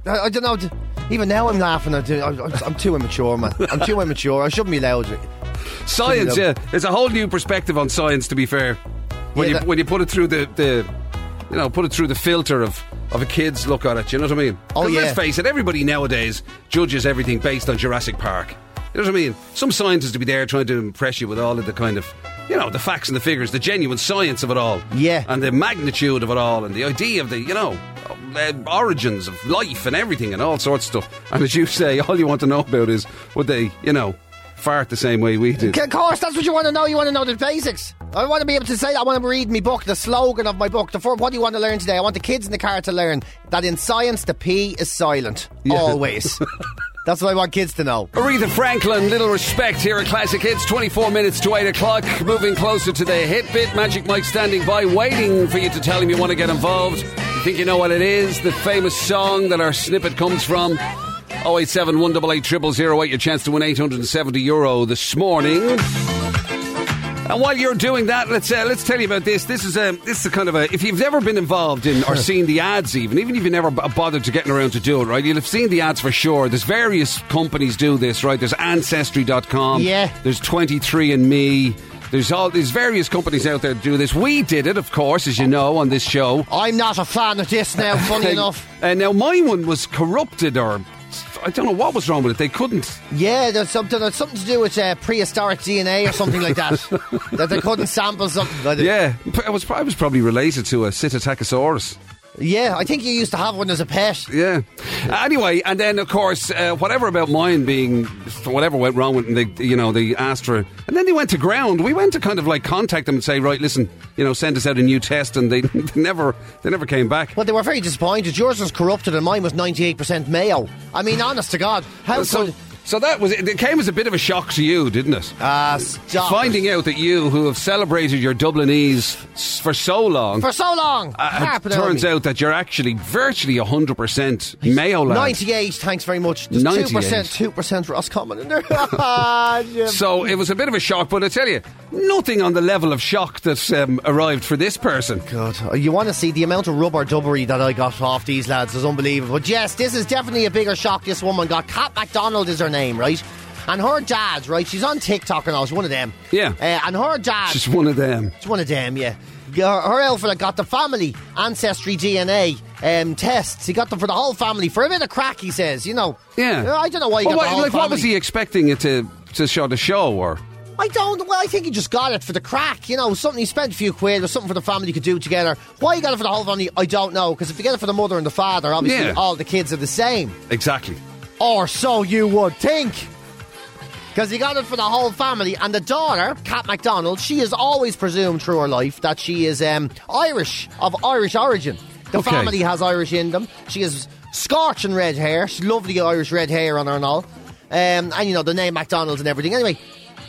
I, I don't know. d- Even now, I'm laughing. I do, I, I- I'm too immature, man. I'm too immature. I shouldn't be allowed. it.
Science, yeah.
Shouldn't
There's a whole new perspective on science, to be fair. When,
Yeah,
you,
that-
when you put it through the, the you know, put it through the filter of, of a kid's look at it, you know what I mean?
Oh,
'Cause
yeah.
Let's face it, everybody nowadays judges everything based on Jurassic Park. You know what I mean? Some scientists to be there trying to impress you with all of the kind of, you know, the facts and the figures, the genuine science of it all.
Yeah.
And the magnitude of it all, and the idea of the, you know, uh, origins of life and everything and all sorts of stuff. And as you say, all you want to know about is would they, you know, fart the same way we did.
Of course, that's what you want to know. You want to know the basics. I want to be able to say. I want to read my book, the slogan of my book. The fir- what do you want to learn today? I want the kids in the car to learn that in science, the P is silent always. that's what I want kids to know.
Aretha Franklin, Little Respect here at Classic Hits, 24 minutes to 8 o'clock. Moving closer to the hit bit. Magic Mike standing by, waiting for you to tell him you want to get involved. You think you know what it is? The famous song that our snippet comes from. 087 188 0008, your chance to win 870 euro this morning. And while you're doing that, let's uh, let's tell you about this. This is a this is a kind of a if you've never been involved in or seen the ads, even even if you never b- bothered to getting around to do it, right? You'll have seen the ads for sure. There's various companies do this, right? There's Ancestry.com.
Yeah.
There's 23andMe. There's all these various companies out there that do this. We did it, of course, as you know, on this show. uh,
I'm not a fan of this now. Funny enough,
And now my one was corrupted or I don't know what was wrong with it. They couldn't.
Yeah, there's something there's something to do with uh, prehistoric DNA or something like that. that they couldn't sample something. Like that.
Yeah, I was. I was probably related to a Citotachosaurus.
yeah, I think you used to have one as a pet.
Yeah. Anyway, and then of course, uh, whatever about mine being whatever went wrong with, them, they, you know, they asked for, and then they went to ground. We went to kind of like contact them and say, right, listen, you know, send us out a new test, and they, they never, they never came back.
Well, they were very disappointed. Yours was corrupted and mine was 98% mayo. I mean, honest to God, how
So,
could.
so that was it. It came as a bit of a shock to you, didn't it?
Ah, stop.
uh, Finding out that you, who have celebrated your Dublinese s- for so long,
For so long!
uh, it
Harping on
turns
me.
out that you're actually virtually 100% Mayo lad.
98, thanks very much. There's
98.
2%, 2% Ross Common in there. Ah, Jim.
So it was a bit of a shock, but I tell you, nothing on the level of shock that um, arrived for this person.
God, uh, you want to see the amount of rubber dubbery that I got off these lads is unbelievable. But yes, this is definitely a bigger shock this woman got. Kat MacDonald is her name, right? And her dad, right? She's on TikTok and all. She's one of them.
Yeah.
Uh, and her dad.
Just one of them.
It's one of them, yeah. Her, her outfit had got the family ancestry DNA um, tests. He got them for the whole family for a bit of crack. He says, you know.
Yeah.
Uh, I don't know why he
Well,
got the
what,
whole
like,
family.
what was he expecting it to, to show the show or?
I don't. Well, I think he just got it for the crack. You know, something he spent a few quid or something for the family could do together. Why he got it for the whole family, I don't know. Because if you get it for the mother and the father, obviously
Yeah.
all the kids are the same,
Exactly.
or so you would think. Because he got it for the whole family, and the daughter, Kat MacDonald, she has always presumed through her life that she is um, Irish of Irish origin. The
Okay.
family has Irish in them. She has scorching red hair. She's lovely Irish red hair on her and all. Um, and you know the name McDonald's and everything. Anyway,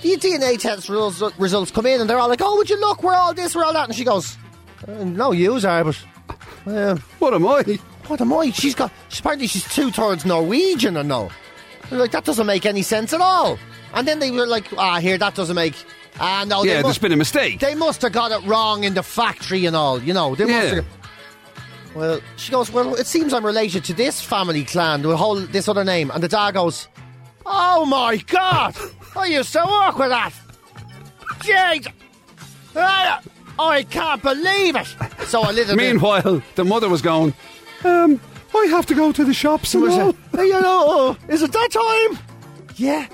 the DNA test results, results come in and they're all like, "Oh, would you look? We're all this, we're all that." And she goes, uh, "No, yous are, but um,
What am I?
what am I? She's got. She's apparently she's two thirds Norwegian, or no? They're like that doesn't make any sense at all. And then they were like, ah, here that doesn't make. Ah, no,
yeah,
they
there's
must,
been a mistake.
they must have got it wrong in the factory and all. You know, they must
Yeah.
have. Well, she goes. Well, it seems I'm related to this family clan, the whole this other name. And the dad goes, "Oh my god, I used to work with that. Jeez, I, I can't believe it." So a little bit.
Meanwhile, the mother was going, um, I have to go to the shops and all.
you know, is it that time? Yeah.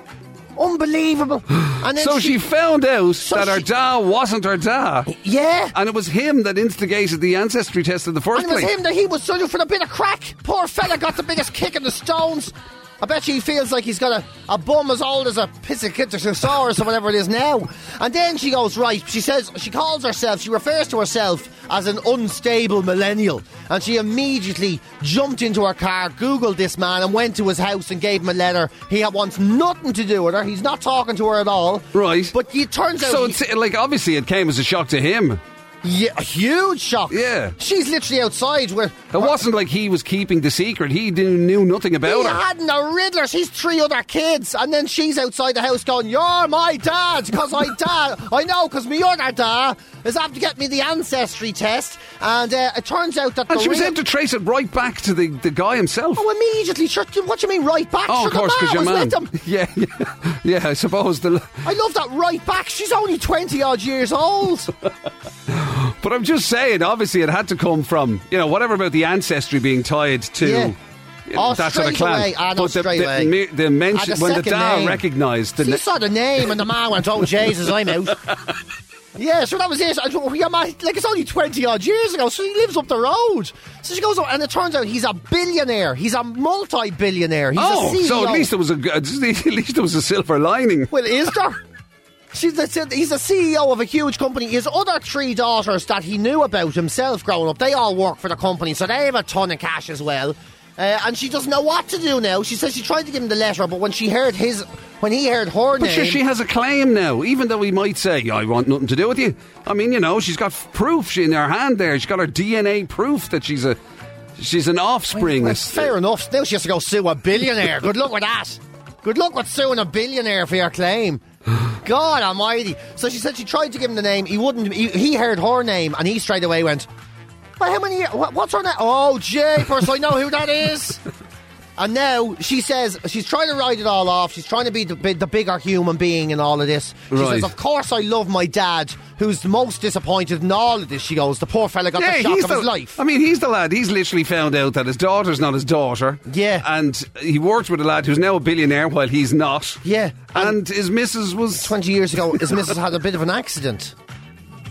Unbelievable. And then
So she found out that her
she-
da wasn't her da,
Yeah.
and it was him that instigated the ancestry test in the first
And it was
place.
him that he was selling for a bit of crack. Poor fella got the biggest kick in the stones. I bet you he feels like he's got a, a bum as old as a Piscatosaurus or whatever it is now. And then she goes, right, she says, she calls herself, she refers to herself as an unstable millennial. And she immediately jumped into her car, Googled this man, and went to his house and gave him a letter. He had wants nothing to do with her. He's not talking to her at all.
Right.
But it turns out.
So
he-
it's like obviously it came as a shock to him.
yeah, a huge shock.
Yeah.
She's literally outside where.
It wasn't like he was keeping the secret. He knew, knew nothing about
He
her.
hadn't a Riddler. She's three other kids, and then she's outside the house going, "You're my dad, cause I dad. I know, cause me other dad is after get me the ancestry test." And uh, it turns out that
And
the
she was
real-
able to trace it right back to the, the guy himself.
Oh, immediately! Sure, what do you mean, right back?
Oh,
sure,
of course,
the
because your
man
man.
was with them.
Yeah, yeah, yeah. I suppose the.
I love that right back. She's only twenty odd years old.
But I'm just saying, obviously, it had to come from you know whatever about the ancestry being tied to.
Yeah.
you know,
Oh,
that sort of
straight
clan.
away. Ah, no,
but the,
straight
the,
away.
me- the mention
Ah, the
when the
second
dad
name.
recognised the
She
na-
saw the name, and the man went, "Oh Jesus, I'm out." Yeah, so that was it. I thought, yeah, man, like it's only twenty odd years ago. So he lives up the road. So she goes, up, and it turns out he's a billionaire. He's a multi-billionaire. He's a E
oh,
CEO.
so at least there was a g- at least there was a silver lining.
well, is there? She's the, he's the CEO of a huge company. His other three daughters that he knew about himself growing up, they all work for the company, so they have a ton of cash as well. Uh, and she doesn't know what to do now. She says she tried to give him the letter, but when she heard his, when he heard her
But
name,
sure, she has a claim now, even though we might say, I want nothing to do with you. I mean, you know, she's got f- proof in her hand there. She's got her DNA proof that she's a she's an offspring.
Well, fair enough. Now she has to go sue a billionaire. Good luck with that. Good luck with suing a billionaire for your claim. God almighty. So she said she tried to give him the name. He wouldn't. He, he heard her name and he straight away went, Well, how many. What, what's her name? Oh, Japers, I know who that is. And now she says she's trying to write it all off. She's trying to be the, bi- the bigger human being in all of this. She
Right.
says, "Of course, I love my dad, who's the most disappointed in all of this. She goes, the poor fella got the shock of his life.
I mean, he's the lad. He's literally found out that his daughter's not his daughter.
Yeah.
And he worked with a lad who's now a billionaire while he's not.
Yeah.
And, his missus was.
20 years ago, his missus had a bit of an accident.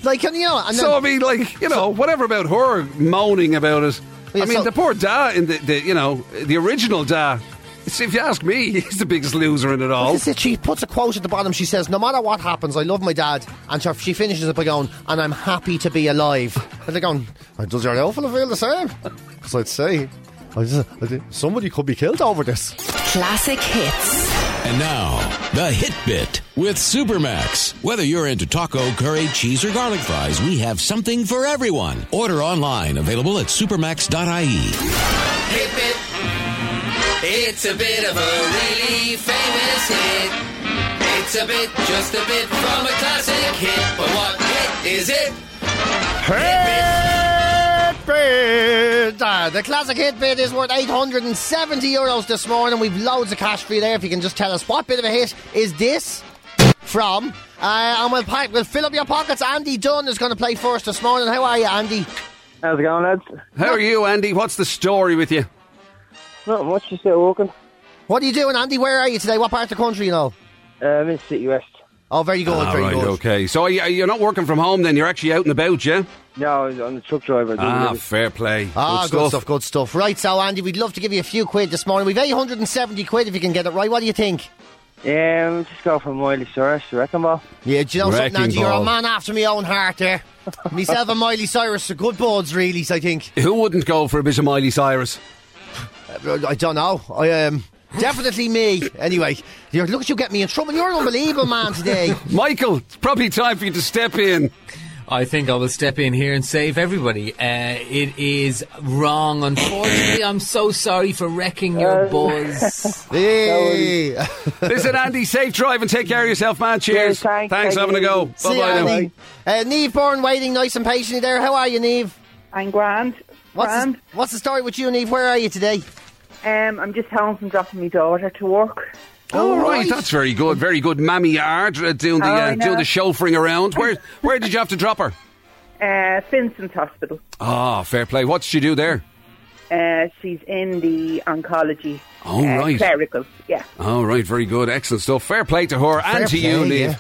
Like, and, you know, and then,
So, I mean, like, you know, whatever about her moaning about it.
Yeah,
I mean,
so-
the poor Da in the, the, you know, the original Da. it's- If you ask me, he's the biggest loser in it all.
This is it. She puts a quote at the bottom. She says, "No matter what happens, I love my dad." And she, she finishes it by going, "And I'm happy to be alive." And they're going, "And "Does your outfit feel the same?" Because I'd say, I just, I think somebody could be killed over this.
Classic hits.
And now, the Hit Bit with Supermax. Whether you're into taco, curry, cheese, or garlic fries, we have something for everyone. Order online, available at supermax.ie.
Hit bit. It's a bit of a really famous hit. It's a bit, just a bit from a classic hit. But what hit is it?
Bit. Uh, the classic hit bit is worth 870 euros this morning. We've loads of cash for you there. If you can just tell us what bit of a hit is this from, uh, and we'll, pack, we'll fill up your pockets. Andy Dunn is going to play first this morning. How are you, Andy?
How's it going, lads?
How are you, Andy? What's the story with you?
Not much, just still walking.
What are you doing, Andy? Where are you today? What part of the country, you know?
Um, in City West.
Oh, very good,
All
very
right,
good.
okay. So are you- you're not working from home then? You're actually out and about, yeah?
No, I'm the truck driver.
Ah, fair play.
Ah, good, stuff, good stuff. Right, so Andy, we'd love to give you a few quid this morning. We've 870 quid if you can get it right. What do you think?
Um, just go for Miley Cyrus, you reckon, Bob?
Yeah, do you know
Wrecking
something, Andy? You're a
ball.
man after my own heart there. Myself and Miley Cyrus are good boards, really, I think.
Who wouldn't go for a bit of Miley Cyrus?
I don't know. I Um, definitely me. Anyway, you're, look at you get me in trouble. You're an unbelievable man today.
Michael, it's probably time for you to step in.
I think I will step in here and save everybody. Uh, it is wrong, unfortunately. I'm so sorry for wrecking your buzz.
Hey.
Listen, Andy, safe drive and take care of yourself, man. Cheers.
Yeah, thanks.
thanks for
Thank
having a
you.
go.
See you,
Bye-bye now.
Andy. Uh, Neve Byrne waiting nice and patiently there. How are you, Neve?
I'm grand.
What's the,
grand.
what's the story with you, Neve? Where are you today?
Um, I'm just home from dropping my daughter to work.
All right.
right.
that's very good. Very good. Mammy Yard uh, doing the
Oh, I
uh,
know.
doing the chauffeuring around. Where where did you have to drop her?
Uh, Vincent's Hospital.
Ah, fair play. What did she do there?
Uh, she's in the oncology.
Oh,
uh,
right.
Clerical, yeah.
All right, very good. Excellent stuff. Fair play to her and to
Fair
you,
play,
Neve.
yeah.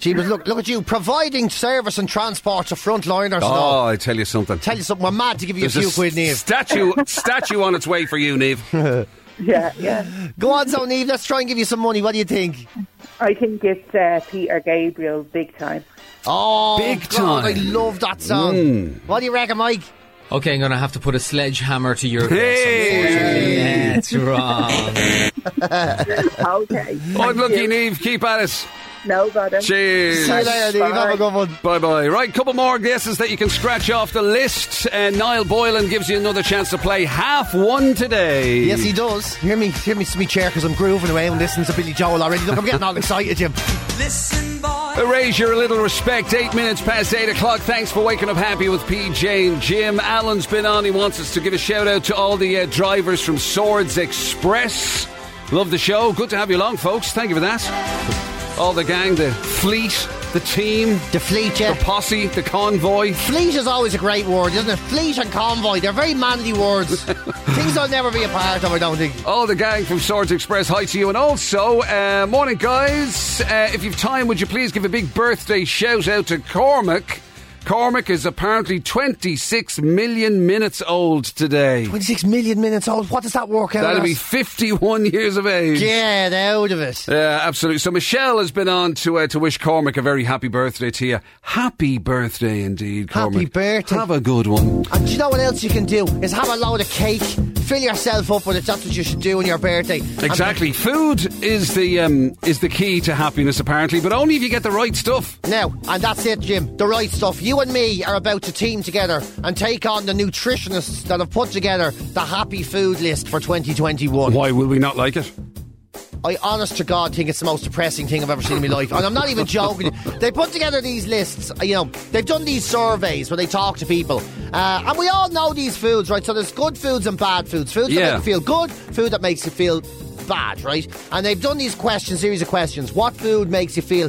She was look look at you providing service and transport to frontliners. and
Oh,
all.
I tell you something.
Tell you something, we're mad to give you
There's
a few
s-
quid, Neve.
statue statue on its way for you, Neve.
Yeah, yeah.
Go on, so Neve, let's try and give you some money. What do you think?
I think it's uh, Peter Gabriel big time.
Oh,
Big
God, I
time. Mm.
love that song. What do you reckon, Mike?
Okay, I'm going to have to put a sledgehammer to your.
Hey!
That's wrong.
Okay.
Unlucky, Neve. Keep at it.
No bother.
Cheers.
See you later, Neve. Have a good one.
Bye bye. Right, couple more guesses that you can scratch off the list. And Niall Boylan gives you another chance to play half one today.
Yes, he does. Hear me, hear me, me chair, because I'm grooving away and listening to Billy Joel already. Look, I'm getting all excited, Jim.
Listen, boy.
Erase your little respect. Eight minutes past eight o'clock. Thanks for waking up happy with PJ and Jim. Alan's been on. He wants us to give a shout out to all the uh, drivers from Swords Express. Love the show. Good to have you along, folks. Thank you for that. All the gang, the fleet, the team,
The fleet, yeah.
the posse, the convoy.
Fleet is always a great word, isn't it? Fleet and convoy, they're very manly words. Things I'll never be a part of, I don't think.
All Oh, the gang from Swords Express, hi to you. And also, uh, morning, guys. Uh, if you've time, would you please give a big birthday shout out to Cormac? Cormac is apparently 26 million minutes old today.
26 million minutes old. What does that work out
That'll be
as?
51 years of age.
Get out of it.
Yeah, absolutely. So Michelle has been on to uh, to wish Cormac a very happy birthday to you. Happy birthday indeed,
Happy
Cormac.
birthday.
Have a good one.
And do you know what else you can do? Is have a load of cake, fill yourself up with it. That's what you should do on your birthday.
Exactly. Food is the um, is the key to happiness apparently, but only if you get the right stuff.
And- now, and that's it, Jim. The right stuff. You and me are about to team together and take on the nutritionists that have put together the happy food list for 2021.
Why will we not like it?
I honest to God think it's the most depressing thing I've ever seen in my life. And I'm not even joking. They put together these lists, uh, you know, they've done these surveys where they talk to people. Uh, and we all know these foods, right? So there's good foods and bad foods. Foods
Yeah.
that make you feel good, food that makes you feel bad, right? And they've done these questions, series of questions. What food makes you feel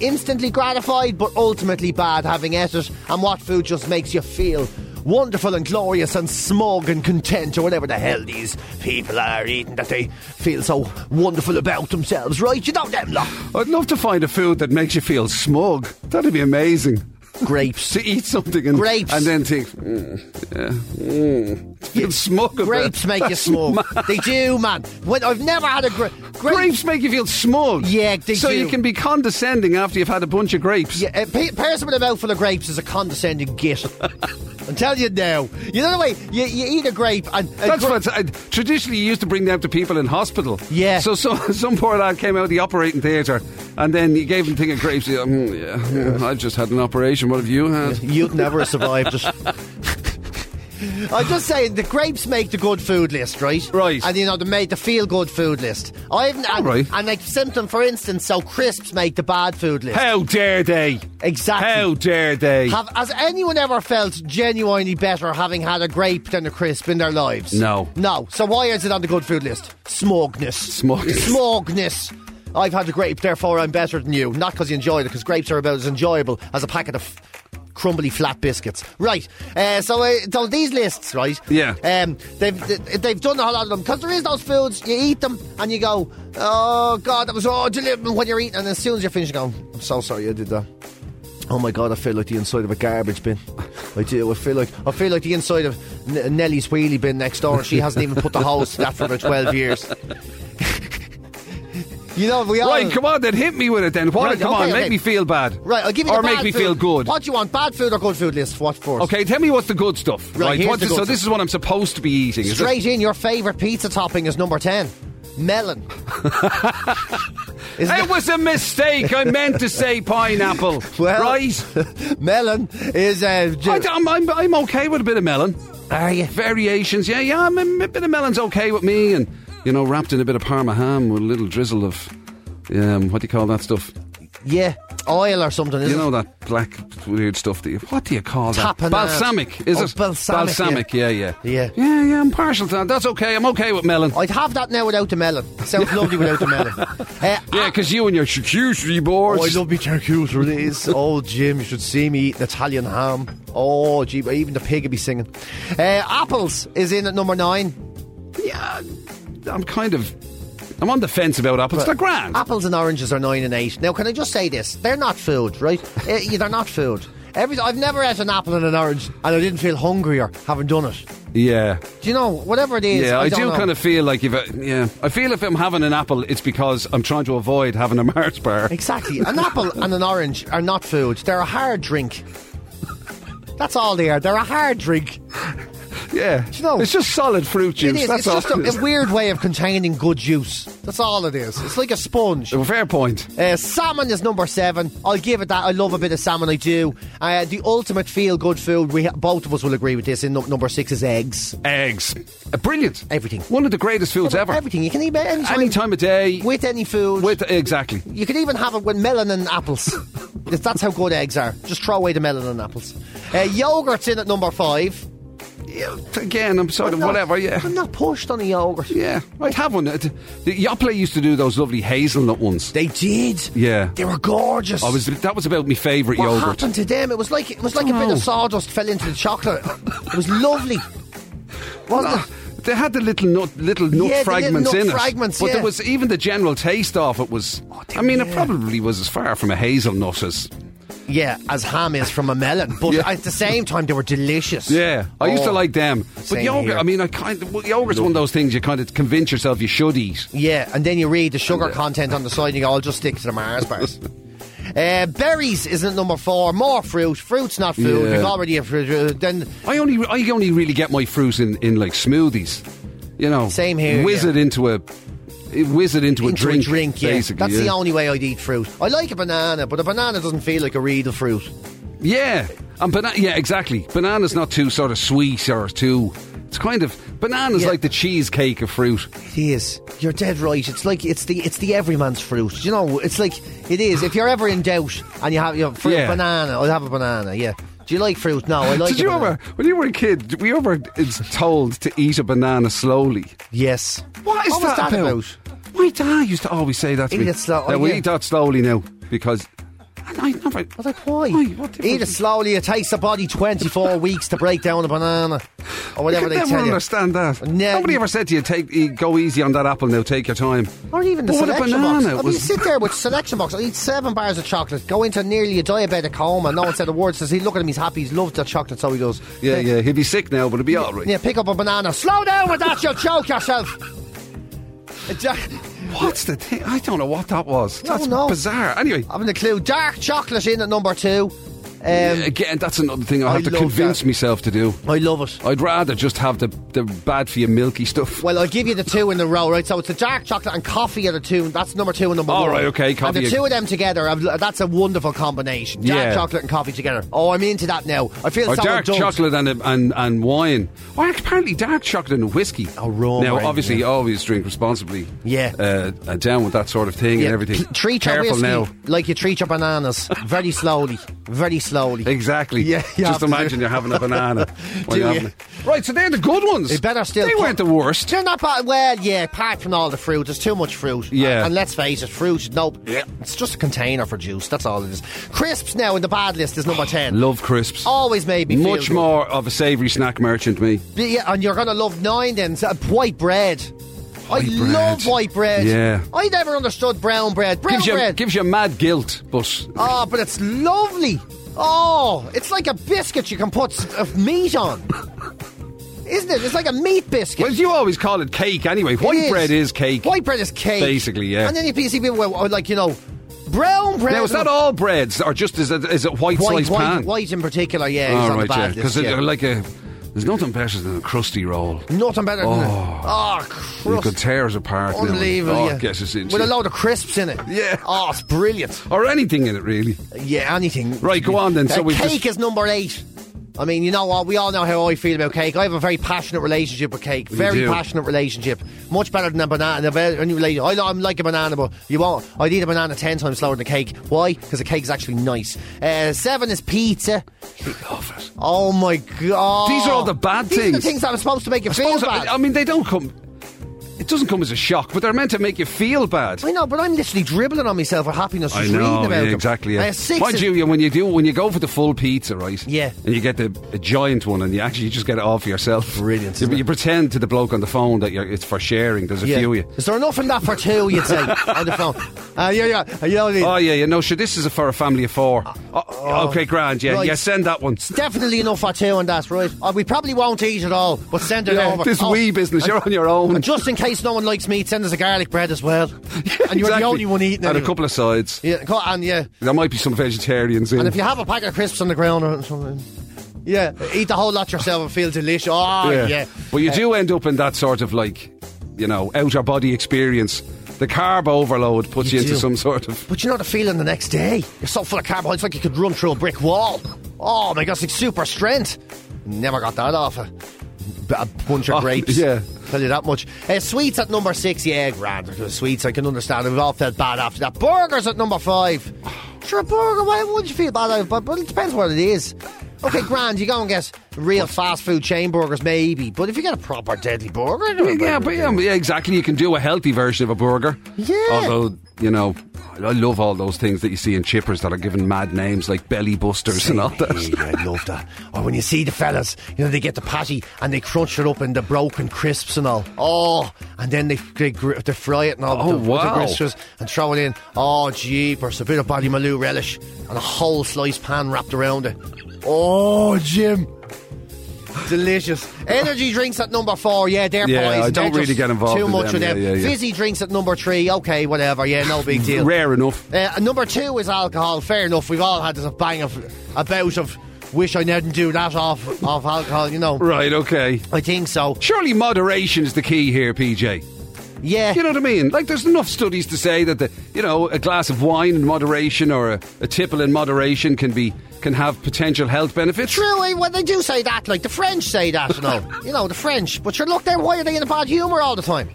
instantly gratified but ultimately bad having ate it? And what food just makes you feel wonderful and glorious and smug and content or whatever the hell these people are eating that they feel so wonderful about themselves, right? You know them lot.
I'd love to find a food that makes you feel smug. That'd be amazing.
Grapes.
To eat something and,
Grapes.
and then think, mm, yeah, mm, feel smug about
Grapes
it.
make you
That's
smug.
mad.
They do, man. When I've never had a gra- grape.
Grapes make you feel smug.
Yeah, they
So
do.
you can be condescending after you've had a bunch of grapes.
Yeah, a pe- person with a mouthful of grapes is a condescending git. I'm telling you now. You know the way you, you eat a grape and a
That's
gra-
what I, traditionally you used to bring them to people in hospital.
Yeah.
So, so some poor lad came out of the operating theatre, and then you gave him a thing of grapes. He's like, "Mm, yeah, mm, I've just had an operation. What have you had?
You'd never have survived it. I'm just saying, the grapes make the good food list, right?
Right.
And you know, they made the feel good food list. I haven't. And,
right.
and like symptom, for instance, so crisps make the bad food list.
How dare they?
Exactly.
How dare they?
Have has anyone ever felt genuinely better having had a grape than a crisp in their lives?
No.
No. So why is it on the good food list? Smugness.
Smugness.
Smugness. I've had a grape, therefore I'm better than you. Not because you enjoyed it, because grapes are about as enjoyable as a packet of crumbly flat biscuits. Right. Uh, so, uh, so these lists, right?
Yeah.
Um, they've they've done a whole lot of them because there is those foods you eat them and you go, oh god, that was all delicious when you're eating, and as soon as you're finished, you go, I'm so sorry I did that. Oh my god, I feel like the inside of a garbage bin. I do. I feel like I feel like the inside of N- Nellie's wheelie bin next door. She hasn't even put the house to that for about twelve years. you know, we all
Right, come on then, hit me with it then. What?
Right,
come
okay,
on, make
okay.
me feel bad.
Right, I'll give you
Or
the
make
bad
me
food.
feel good.
What do you want? Bad food or good food list? What first?
Okay, tell me what's the good stuff.
Right, here's
what's
the good
so
stuff.
this is what I'm supposed to be eating. is it?
Straight in, your favourite pizza topping is number 10 melon. Isn't
It was a mistake. I meant to say pineapple.
Well-
right?
it? melon is. Uh, ju-
I, am I'm, I'm okay with a bit of melon.
Are you?
Variations, yeah, yeah. I'm, a bit of melon's okay with me, and you know, wrapped in a bit of parma ham with a little drizzle of, um, what do you call that stuff?
Yeah, oil or something, isn't
You know
it?
that black weird stuff. That you, what do you call that?
Tapenade.
Balsamic, is
Oh,
it?
balsamic,
yeah. yeah,
Yeah.
yeah, yeah. I'm partial to that. That's okay. I'm okay with melon.
I'd have that now without the melon. Sounds lovely without the melon. Uh,
yeah, because you and your charcuterie boards.
Oh, I love me charcuteries. oh, Jim, you should see me eating Italian ham. Oh, gee, even the pig would be singing. Uh, apples is in at number nine.
yeah, I'm kind of. I'm on the fence about apples. They're grand.
Apples and oranges are nine and eight. Now, can I just say this? They're not food, right? Uh, yeah, they're not food. Every I've never ate an apple and an orange, and I didn't feel hungrier having done it.
yeah.
Do you know whatever it is?
Yeah, I,
don't
do
know.
kind of feel like if I, yeah, I feel if I'm having an apple, it's because I'm trying to avoid having a Mars bar.
Exactly. An apple and an orange are not food. They're a hard drink. That's all they are. They're a hard drink.
Yeah,
you know-
it's just solid fruit
It
juice.
is.
That's
it's just
all.
a, a weird way of containing good juice. That's all it is. It's like a sponge.
Fair point.
Uh, salmon is number seven. I'll give it that. I love a bit of salmon. I do. Uh, the ultimate feel-good food. We both of us will agree with this. In num- number six is eggs.
Eggs, Uh, brilliant.
Everything.
One of the greatest foods ever.
Everything you can eat at any time,
Any time of day.
with any food.
With exactly.
you can even have it with melon and apples. If That's how good eggs are. Just throw away the melon and apples. Uh, yogurt's in at number five.
Yeah, Again, I'm sort
I'm
of
not-
whatever. Yeah.
I'm not pushed on a yogurt.
Yeah, I'd have one. Uh, th- The Yoplait used to do those lovely hazelnut ones.
They did.
Yeah.
They were gorgeous.
I was that was about my favourite
What
yogurt.
happened to them? It was like it was like a bit
know.
of sawdust fell into the chocolate. it was lovely, wasn't
Ah,
it?
They had the little nut, little nut
Yeah, the little
fragments
nut
in
fragments,
it, but
yeah. Oh,
there was even the general taste of it was.
they
I mean, it
were.
probably was as far from a hazelnut as.
Yeah, as ham is from a melon, but
Yeah.
at the same time they were delicious.
Yeah, I used to
Oh.
like them, but
Same
yogurt.
here.
I mean, I kind of, well, yogurt's one of those things you kind of convince yourself you should eat.
Yeah, and then you read the sugar
uh,
content on the side and you go, I'll just stick to the Mars bars. Uh, berries isn't number four. More fruit. Fruit's not food.
Yeah.
We've already have fruit. uh, Then
I only, I only really get my fruit in, in like smoothies. You know,
Same here,
Whiz
yeah.
it into a, whiz it into,
into
a drink.
a drink. Yeah,
basically,
that's the
yeah.
only way I'd eat fruit. I like a banana, but a banana doesn't feel like a real fruit.
Yeah, and bana- yeah, exactly. Banana's not too sort of sweet or too. It's kind of banana's
Yeah.
like the cheesecake of fruit.
It is. You're dead right. It's like it's the it's the everyman's fruit. You know, it's like it is. If you're ever in doubt and you have your fruit
Yeah.
banana, I'll have a banana. Yeah. Do you like fruit? No, I like.
Did
a
you
banana.
ever, when you were a kid, were you ever it's told to eat a banana slowly?
Yes.
What is
What was that
about?
about?
My dad used to always say that to
Eat
me.
it slow-
Now,
oh,
we
yeah.
eat that slowly now because. And I never.
I was like, why?
Why? What difference-
Eat it slowly. It takes the body 24 weeks to break down a banana. Or
I
whatever
could
they
never
tell you.
understand that.
No,
Nobody
you-
ever said to you, "Take e- go easy on that apple now. Take your time."
Or even the
But what a
selection box.
banana
I mean,
was-
you sit there with selection box. I eat seven bars of chocolate, go into nearly a diabetic coma. No one said a word. Says he look at him. He's happy. He's loved the chocolate, so he goes.
Yeah,
"Hey,
yeah. He'd be sick now, but it'd be all right.
Yeah, pick up a banana. Slow down with that, you'll choke yourself. Uh, ja-
What's the thing? I don't know what that was.
No,
That's
no. Uh,
bizarre. Anyway,
I'm the clue. Dark chocolate in at number two. Um,
again, that's another thing I
I
have to
love
convince
that.
myself to do.
I love it.
I'd rather just have the the bad for you milky stuff.
Well, I'll give you the two in a row, right? So it's the dark chocolate and coffee are the two. That's number two and number
All
one.
right, okay,
And
coffee.
the two of them together, I've, that's a wonderful combination. Dark
Yeah.
chocolate and coffee together. Oh, I'm into that now. I feel
Or
so
dark
indulged.
chocolate and, and and wine. Or apparently dark chocolate and whiskey.
Oh, rum,
Now,
right,
obviously,
yeah.
always drink responsibly.
Yeah.
Uh, and down with that sort of thing
Yeah,
and everything.
t- treat your
Careful
whiskey
now.
like you treat your bananas. Very slowly. Very slowly.
Exactly.
Yeah, you have
Just
to
imagine you're having a banana. while
Do
you're
you?
having it. Right, so they're the good ones.
They better still.
They
put-
weren't the worst.
They're not bad. Well, yeah. Apart from all the fruit, there's too much fruit.
Yeah.
And, and let's face it, fruit. Nope.
Yeah.
It's just a container for juice. That's all it is. Crisps now in the bad list is number ten.
Love crisps.
Always made Oh, me feel
Much
good.
more of a savoury snack merchant, me.
Yeah, and you're gonna love nine then. so- uh, White bread. I
White bread.
love white bread.
Yeah.
I never understood brown bread. Brown
Gives you,
bread.
gives you mad guilt, but
Oh, but it's lovely. Oh, it's like a biscuit you can put s- uh, meat on. Isn't it? It's like a meat biscuit.
Well, you always call it cake anyway. White
It
bread is cake.
White bread is cake.
Basically, yeah.
And then you see people well, like, you know, brown bread.
Now, is that all breads, or just is it, is it white,
White,
sliced
white,
pan?
white in particular, yeah,
All
is on the
right, yeah.
bad
Because
list. Yeah.
like a, there's nothing better than a crusty roll.
Nothing better than
Oh.
that. Oh,
You
crust.
could tear us apart. now.
Unbelievable,
Oh,
yeah.
I guess it's
With a
interesting.
load of crisps in it.
Yeah.
Oh, it's brilliant.
Or anything in it, really.
Yeah, anything.
Right, go on then.
Uh,
So we
cake
just-
is number eight. I mean, you know what? We all know how I feel about cake. I have a very passionate relationship with cake. Very
do.
passionate relationship. Much better than a banana. than Any relation. I, I'm like a banana, but you won't. I'd eat a banana ten times slower than a cake. Why? Because a cake's actually nice. Uh, seven is pizza.
Love it.
Oh my god!
These are all the bad
These Are the
things.
things that are supposed to make you feel
Also,
bad.
I I mean, they don't come. It doesn't come as a shock, but they're meant to make you feel bad.
I know, but I'm literally dribbling on myself with happiness
I
just
know
reading about
yeah,
them.
exactly. Yeah.
Uh, six
Mind
is-
you, yeah, when you do, when you go for the full pizza, right?
Yeah.
And you get the a giant one, and you actually just get it all for yourself.
Brilliant,
You,
isn't
you pretend to the bloke on the phone that you're, it's for sharing. There's a
Yeah.
few of you.
Is there enough in that for two, you'd say, on the phone? Uh, yeah, yeah. Uh, yeah, yeah. Uh,
Oh yeah, yeah. No, sure. This is for a family of four. Oh, okay, grand. Yeah,
right.
yeah. Send that one.
Definitely enough for two on that, right? Uh, we probably won't eat it all, but send it
Yeah,
over.
this
Oh,
wee business. You're on your own.
And just in case no one likes meat, send us a garlic bread as well. and you're
Exactly.
the only one eating it.
And a
anyway.
couple of sides.
Yeah, co- and yeah.
There might be some vegetarians in.
And if you have a packet of crisps on the ground or something, yeah, eat the whole lot yourself and feel delicious. Oh, yeah.
But you do end up in that sort of like, you know, outer body experience. The carb overload puts you,
You
into
do.
some sort of.
But you know the feeling the next day? You're so full of carbohydrates, like you could run through a brick wall. Oh my god, it's like super strength. Never got that off a, a bunch of
Oh,
grapes.
yeah.
Tell you that much. Uh, sweets at number six, yeah, grand. Because Sweets, I can understand. We've all felt bad after that. Burgers at number five. Sure, a burger, why would you feel bad? about it? But, but it depends what it is. Okay, grand, you go and get real fast food chain burgers, maybe. But if you get a proper deadly burger, I don't
Yeah,
know.
but yeah, yeah, exactly. You can do a healthy version of a burger.
Yeah.
Although, you know, I love all those things that you see in chippers that are given mad names like belly busters and all that.
Yeah, I love that. Or when you see the fellas, you know, they get the patty and they crunch it up into broken crisps and all. Oh, and then they they, gr- they fry it and all.
Oh,
with the, with the
wow.
crisps and throw it in. Oh, jeepers, a bit of body maloo relish and a whole sliced pan wrapped around it. Oh, Jim. Delicious. Energy drinks at number four. Yeah, they're
Yeah,
poison.
I don't
They're just
really get involved
Too
with
much
them.
with
Yeah,
them.
yeah, yeah.
Fizzy drinks at number three. Okay, whatever. Yeah, no big deal.
Rare enough.
Uh, number two is alcohol. Fair enough. We've all had this a bang of a bout of wish I didn't do that off of alcohol. You know,
Right, okay.
I think so.
Surely moderation is the key here, PJ.
Yeah.
You know what I mean? Like, there's enough studies to say that the, you know, a glass of wine in moderation or a, a tipple in moderation can be can have potential health benefits.
True, eh, well, they do say that. Like the French say that, you know. you know, the French. But sure, look, then why are they in a bad humour all the time?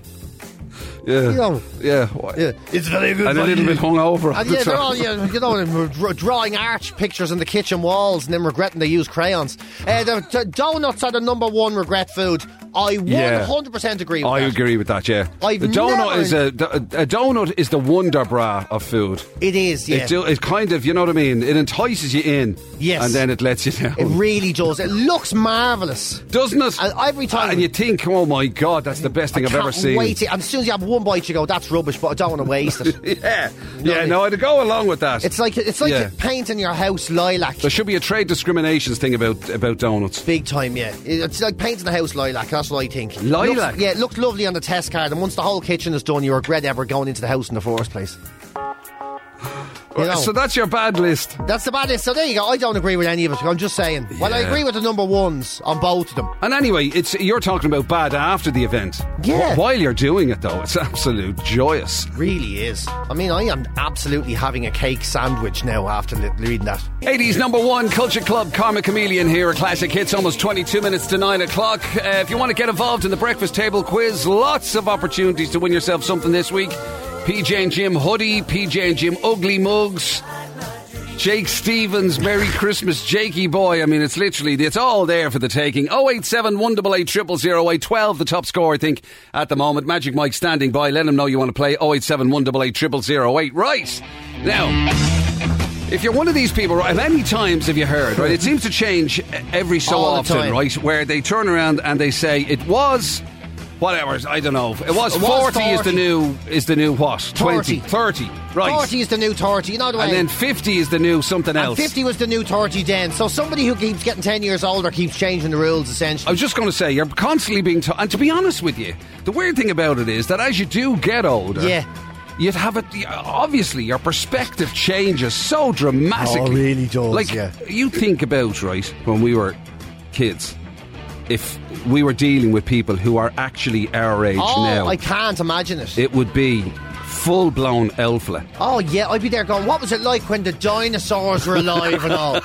Yeah,
You know.
yeah, wha-
It's very good.
and a little bit hungover.
And yeah, they're all, yeah, you know, they're dra- drawing arch pictures in the kitchen walls and then regretting they use crayons. Uh, the, the donuts are the number one regret food. I
Yeah.
100% agree with
I
that.
agree with that. Yeah,
I've
the donut
never-
is a, a donut is the wonder bra of food.
It is, yeah.
It, do, it kind of, you know what I mean? It entices you in,
Yes.
and then it lets you down,
It really does. It looks marvellous.
doesn't it?
And every time-
and you think, oh my god, that's the best thing I've
Can't
ever seen.
Wait it. And as soon as you have one bite, you go, "That's rubbish," but I don't want to waste it.
Yeah,
No,
yeah.
it-
No, I'd go along with that.
It's like it's like
Yeah.
painting your house lilac.
there should be a trade discriminations thing about about donuts.
Big time, yeah. It's like painting the house lilac. That's what I think.
Lilac?
Looks- yeah, it looked lovely on the test card, and once the whole kitchen is done, you regret ever going into the house in the first place. You know,
So that's your bad list.
that's the baddest. So there you go. I don't agree with any of it. I'm just saying. Well, I
Yeah.
agree with the number ones on both of them.
And anyway, it's you're talking about bad after the event.
Yeah.
Wh- While you're doing it though, it's absolute joyous.
Really is. I mean, I am absolutely having a cake sandwich now after li- reading that.
80s number one Culture Club Karma Chameleon here at Classic Hits, almost 22 minutes to 9 o'clock. Uh, if you want to get involved in the breakfast table quiz, lots of opportunities to win yourself something this week. PJ and Jim hoodie, PJ and Jim ugly mugs, Jake Stevens, Merry Christmas, Jakey boy. I mean, it's literally, it's all there for the taking. 087 188 000812, the top score, I think, at the moment. Magic Mike standing by. Let him know you want to play 087 188 0008. Right. Now. If you're one of these people, right, how many times have you heard, right? It seems to change every so
All the
often,
time.
right? Where they turn around and they say it was whatever, I don't know. It was,
It was
40 is the
40.
new is the new what? 20, 30, right.
40 is the new 30. You know the way.
And then 50 is the new something
And
else.
50 was the new 30 then. So somebody who keeps getting 10 years older keeps changing the rules,
I
essentially.
was just going to say, you're constantly being told. And to be honest with you, the weird thing about it is that as you do get older.
Yeah.
You'd have it. Obviously, your perspective changes so dramatically.
Oh, it really does,
Like
yeah.
you think about right when we were kids, if we were dealing with people who are actually our age
oh,
now,
I can't imagine it.
it would be full blown alpha.
Oh yeah, I'd be there going. What was it like when the dinosaurs were alive and all?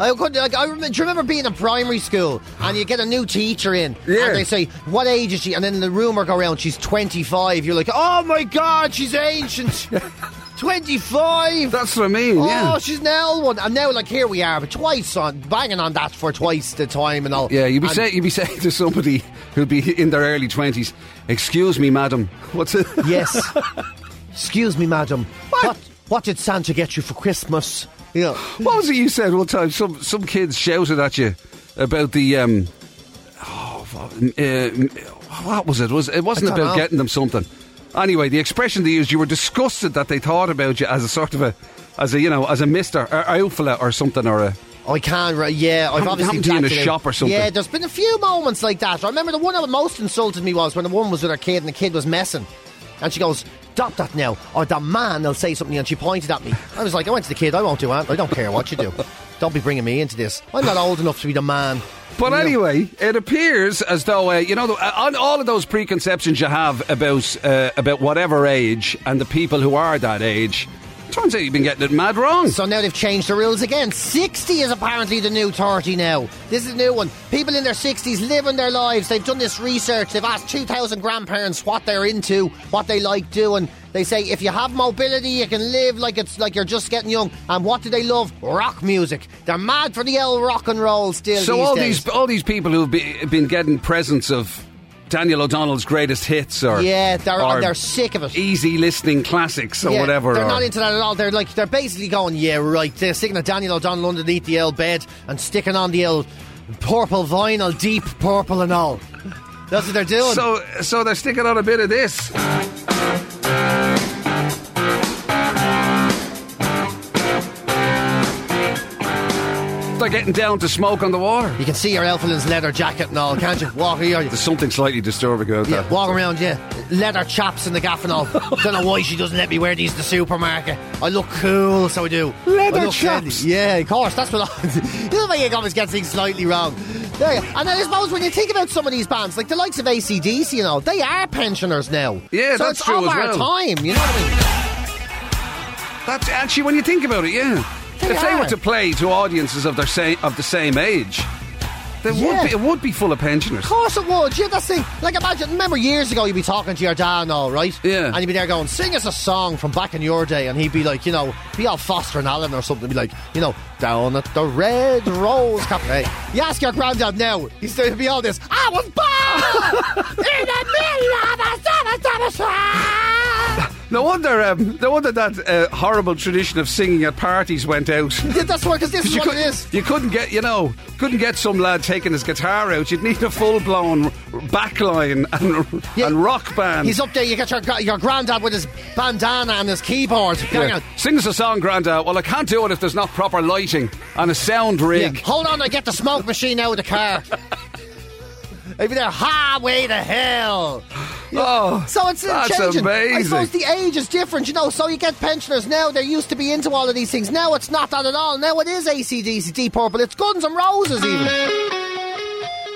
I could. Like, I remember, do you remember being in primary school and you get a new teacher in,
Yeah.
and they say, "What age is she?" And then the rumor go around, she's twenty-five. You're like, "Oh my god, she's ancient." Twenty-five.
That's what I mean.
Oh,
yeah.
she's an old one, and now like here we are, but twice on banging on that for twice the time and all.
Yeah, you'd be,
And-
say, you'd be saying to somebody who'd be in their early 20s, Excuse me, madam, what's it?
Yes. Excuse me, madam. What? what? did Santa get you for Christmas? Yeah.
What was it you said one time? Some some kids shouted at you about the um. Oh, fu- um, uh, what was it? Was it wasn't
I don't
about
know.
getting them something? Anyway, the expression they used, you were disgusted that they thought about you as a sort of a, as a you know, as a Mister or outfella or something or a.
I can't. Re- yeah, I've
Happened-
obviously
happened to you in a
blacked it
shop or something.
Yeah, there's been a few moments like that. I remember the one that most insulted me was when the woman was with her kid and the kid was messing, and she goes, "Stop that now!" Or the man will say something, and she pointed at me. I was like, "I went to the kid. I won't do it. I don't care what you do. Don't be bringing me into this. I'm not old enough to be the man."
But
You know?
anyway, it appears as though uh, you know the- uh, on all of those preconceptions you have about uh, about whatever age and the people who are that age. Turns out you've been getting it mad wrong.
So now they've changed the rules again. 60 is apparently the new 30 now. This is a new one. People in their 60s living their lives. They've done this research. They've asked 2,000 grandparents what they're into, what they like doing. They say if you have mobility, you can live like it's like you're just getting young. And what do they love? Rock music. They're mad for the old rock and roll still.
So
these
all
days.
these all these people who've be, been getting presents of Daniel O'Donnell's greatest hits or
yeah, they're uh,
or
they're sick of it.
easy listening classics or
Yeah,
whatever.
They're
or-
not into that at all. They're like they're basically going, yeah, right. They're sticking a Daniel O'Donnell underneath the old bed and sticking on the old purple vinyl, deep purple and all. That's what they're doing.
so so they're sticking on a bit of this. They're getting down to smoke on the water.
you can see your Elflin's leather jacket and all, can't you? Walk here.
There's something slightly disturbing about
Yeah,
that.
walk around, yeah. Leather chaps in the gaff and all. Don't know why she doesn't let me wear these to the supermarket. I look cool, so I do.
Leather
I look trendy.
chaps.
Yeah, of course. That's what I. This way you always get things slightly wrong. There you go. And then I suppose when you think about some of these bands, like the likes of ACDC and all, they are pensioners now.
Yeah,
so
that's
it's
true
of
as
our
well.
time, you know what I mean?
That's actually when you think about it, yeah.
They
if they
are.
were to play to audiences of their same of the same age, It,
Yeah.
would be, it would be full of pensioners.
Of course it would. Yeah, that's the like. Imagine, remember years ago, you'd be talking to your dad, and all right,
Yeah.
and you'd be there going, "Sing us a song from back in your day," and he'd be like, you know, be all Foster and Allen or something, be like, you know, down at the Red Rose Cafe. You ask your granddad now, he's going to be all this. I was born in the middle of a summer, summer storm."
No wonder, um, no wonder that uh, horrible tradition of singing at parties went out.
Yeah, that's what, because this is
you,
what
could,
it is.
you couldn't get, you know, couldn't get some lad taking his guitar out. You'd need a full blown backline and,
Yeah.
and rock band.
He's up there. You get your gra- your granddad with his bandana and his keyboard. Hang
Yeah.
on.
Sing us a song, Granda. Well, I can't do it if there's not proper lighting and a sound rig.
Yeah. Hold on, I get the smoke machine out of the car. Maybe they're highway to hell.
Oh,
So it's uh,
that's
changing. I
amazing.
suppose the age is different, you know. So you get pensioners now. They used to be into all of these things. Now it's not that at all. Now it is ACDC, Deep Purple. It's Guns and Roses even.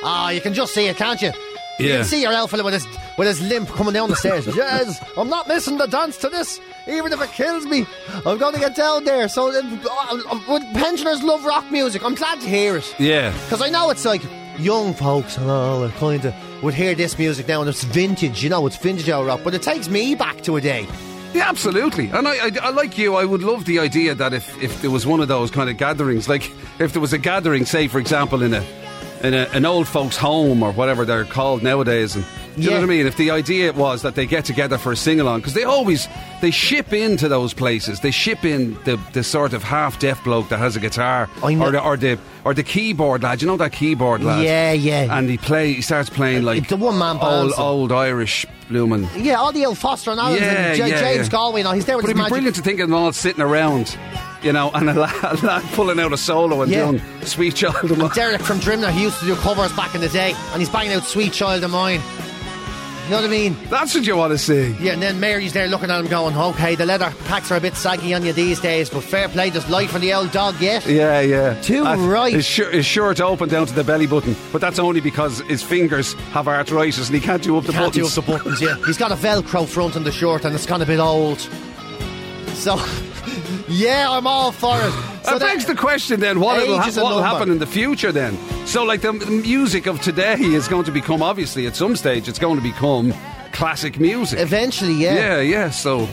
Ah, you can just see it, can't you? You
Yeah.
can see your old fella with his with his limp coming down the stairs. yes, I'm not missing the dance to this. Even if it kills me, I'm going to get down there. So, uh, uh, would pensioners love rock music? I'm glad to hear it.
yeah.
Because I know it's like young folks and all that kind of would hear this music now and it's vintage, you know, it's vintage old rock, but it takes me back to a day.
Yeah, absolutely. And I, I, I, like you, I would love the idea that if, if there was one of those kind of gatherings, like if there was a gathering, say, for example, in a in a, an old folks' home or whatever they're called nowadays, and do you
Yeah.
know what I mean? If the idea was that they get together for a sing along, because they always they ship into those places, they ship in the, the sort of half deaf bloke that has a guitar
I know.
or the or the or the keyboard lad. You know that keyboard lad?
Yeah, yeah. Uh,
And he play he starts playing like
The one-man
old
bands.
old Irish blooming.
Yeah, all the old Foster and Allen's
Yeah,
and J-
yeah,
James
yeah.
Galway and all, he's there with
But it'd
his
be
magic.
brilliant to think of them all sitting around, you know, and a lad, a lad pulling out a solo and
Yeah.
doing Sweet Child of Mine.
Derek from Drimna, he used to do covers back in the day, and he's banging out Sweet Child of Mine. You know what I mean?
That's what you want to see.
Yeah, and then Mary's there looking at him going, okay, the leather packs are a bit saggy on you these days, but fair play, there's life in the old dog yet.
Yeah, yeah.
Too right.
His, shir- his shirt open down to the belly button, but that's only because his fingers have arthritis and he can't do up the
Can't do up
buttons.
the buttons, yeah. He's got a Velcro front on the shirt and it's gone a bit old. So, yeah, I'm all for
Uh,
it. So
that begs the question then: What
Age
will
is a
what'll
number.
happen in the future then? So, like the m- music of today is going to become obviously at some stage it's going to become classic music.
Eventually, yeah.
Yeah, yeah. So,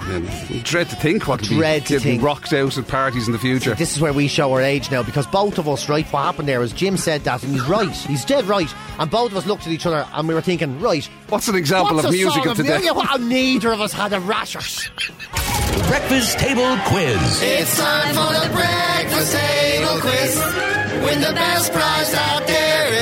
I mean, dread to think what will
Dread
be
to
getting
think.
rocked out at parties in the future.
This is where we show our age now because both of us, right, what happened there is Jim said that and he's right. He's dead right. And both of us looked at each other and we were thinking, right.
What's an example
what's
of
a
music
song
of today?
music? Well, neither of us had a rasher.
Breakfast Table Quiz.
It's time for the breakfast table quiz. Win the best prize that there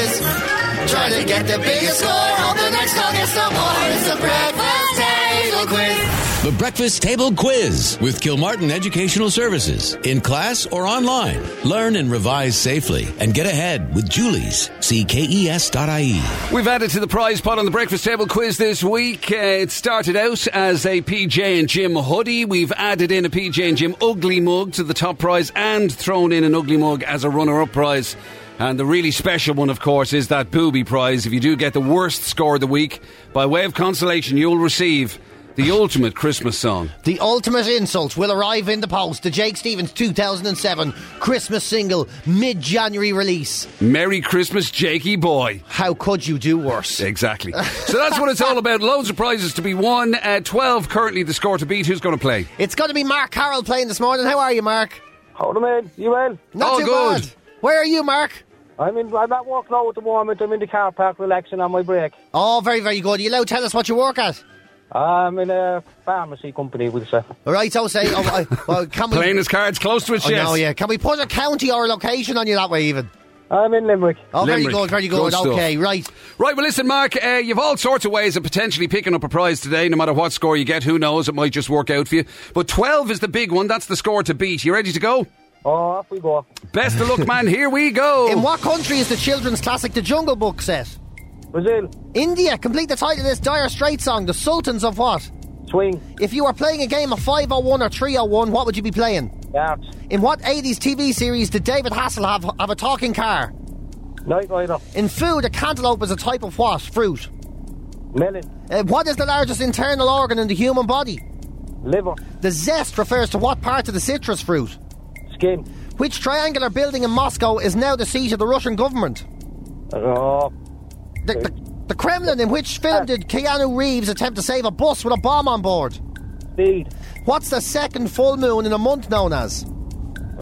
is. Try to get the biggest score. Hope the next call gets the more. It's the breakfast table quiz.
The Breakfast Table Quiz with Kilmartin Educational Services. In class or online. Learn and revise safely and get ahead with Julie's. E See KES.ie.
We've added to the prize pot on the breakfast table quiz this week. Uh, it started out as a PJ and Jim hoodie. We've added in a PJ and Jim ugly mug to the top prize and thrown in an ugly mug as a runner-up prize. And the really special one, of course, is that booby prize. If you do get the worst score of the week, by way of consolation, you'll receive the ultimate Christmas song.
The ultimate insult will arrive in the post. The Jake Stevens 2007 Christmas single, mid January release.
Merry Christmas, Jakey boy.
How could you do worse?
Exactly. So that's what it's all about. Loads of prizes to be won. Uh, 12 currently the score to beat. Who's going to play?
It's going to be Mark Carroll playing this morning. How are you, Mark?
Hold on, man. You well?
Not
Oh,
too
good.
bad. Where are you, Mark?
I'm in. I'm at work now at the moment. I'm in the car park, relaxing on my break.
Oh, very, very good. Are you allowed to tell us what you work at?
I'm in a pharmacy company with say.
All right, so say, oh, I, well, can we?
Playing his cards close to his
oh,
chest.
no, yeah. Can we put a county or a location on you that way, even?
I'm in Limerick.
Oh,
Limerick.
very good, very good.
Good stuff.
okay, right.
Right, well, listen, Mark, uh, you've all sorts of ways of potentially picking up a prize today, no matter what score you get. Who knows? It might just work out for you. But 12 is the big one. That's the score to beat. You ready to go?
Oh, off we go.
Best of luck, man. Here we go.
In what country is the children's classic The Jungle Book set?
Brazil,
India. Complete the title of this Dire Straits song, The Sultans of What?
swing,
If you were playing a game of 501 or 301, what would you be playing?
yards,
In what 80s TV series did David Hasselhoff have a talking car?
night rider,
In food, a cantaloupe is a type of what? Fruit.
melon,
Uh, what is the largest internal organ in the human body?
liver,
The zest refers to what part of the citrus fruit?
skin,
Which triangular building in Moscow is now the seat of the Russian government?
Oh,
The, the, the Kremlin, in which film did Keanu Reeves attempt to save a bus with a bomb on board?
speed.
What's the second full moon in a month known as?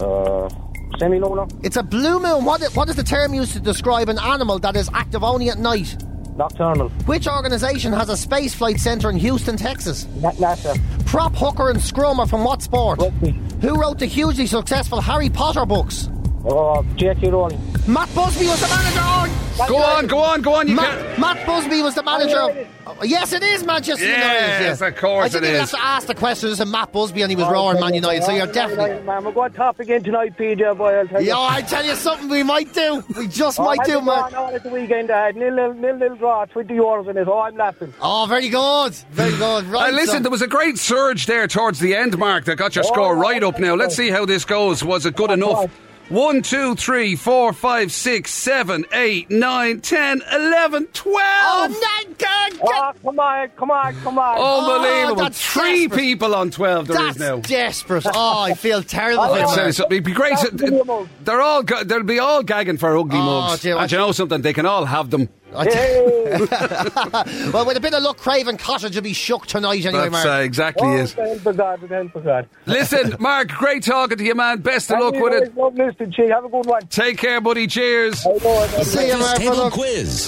Uh, semi lunar.
It's a blue moon. What i- what is the term used to describe an animal that is active only at night?
Nocturnal.
Which organization has a space flight center in Houston, Texas?
Na- NASA.
Prop, hooker, and scrum are from what sport?
Rugby.
Who wrote the hugely successful Harry Potter books?
Oh, J.K. Rowling.
Matt Busby was the manager. Oh,
Go on, go on, go on. You can't.
Matt, Matt Busby was the manager. of- Oh, yes, it is Manchester United.
Yes, of course
I didn't
it
even
is.
have to ask the question. It's a Matt Busby, and he was roaring Man United. So you're definitely.
Man, we're going top again tonight, PJ boy. I'll tell you.
Yeah, oh, I tell you something, we might do. We just might do,
man.
man.
I at the weekend. I had nil nil nil, nil draw, twenty euros in it. Oh, I'm laughing.
Oh, very good, very good. Right,
And listen,
son.
there was a great surge there towards the end, Mark, that got your
Oh,
score right
yeah,
up now. Let's
yeah.
see how this goes. Was it good enough?
God.
One, two, three, four, five, six, seven, eight, nine, ten, eleven, twelve.
Oh, my God,
Oh, come on, come on, come on.
Unbelievable.
Oh, that's
Three
desperate.
people on 12 there
that's
is now.
desperate. Oh, I feel terrible
Oh,
for
yeah.
him.
So,
man.
so it'd be great.
That's video mug.
They're all. ga- They'll be all gagging for ugly
Oh,
mugs.
dear,
and
I-
you know something? They can all have them.
I tell-
Hey,
well, with a bit of luck, Craven Cottage will be shook tonight anyway,
That's
Mark.
uh, exactly
oh,
it.
the help of God, the help of God.
Listen, Mark. Great talking to you, man. Best of luck with it.
Listen, Chief. Have a good one.
Take care, buddy. Cheers.
Bye, boy.
See you, Mark.
Breakfast
Well,
Table
look,
Quiz.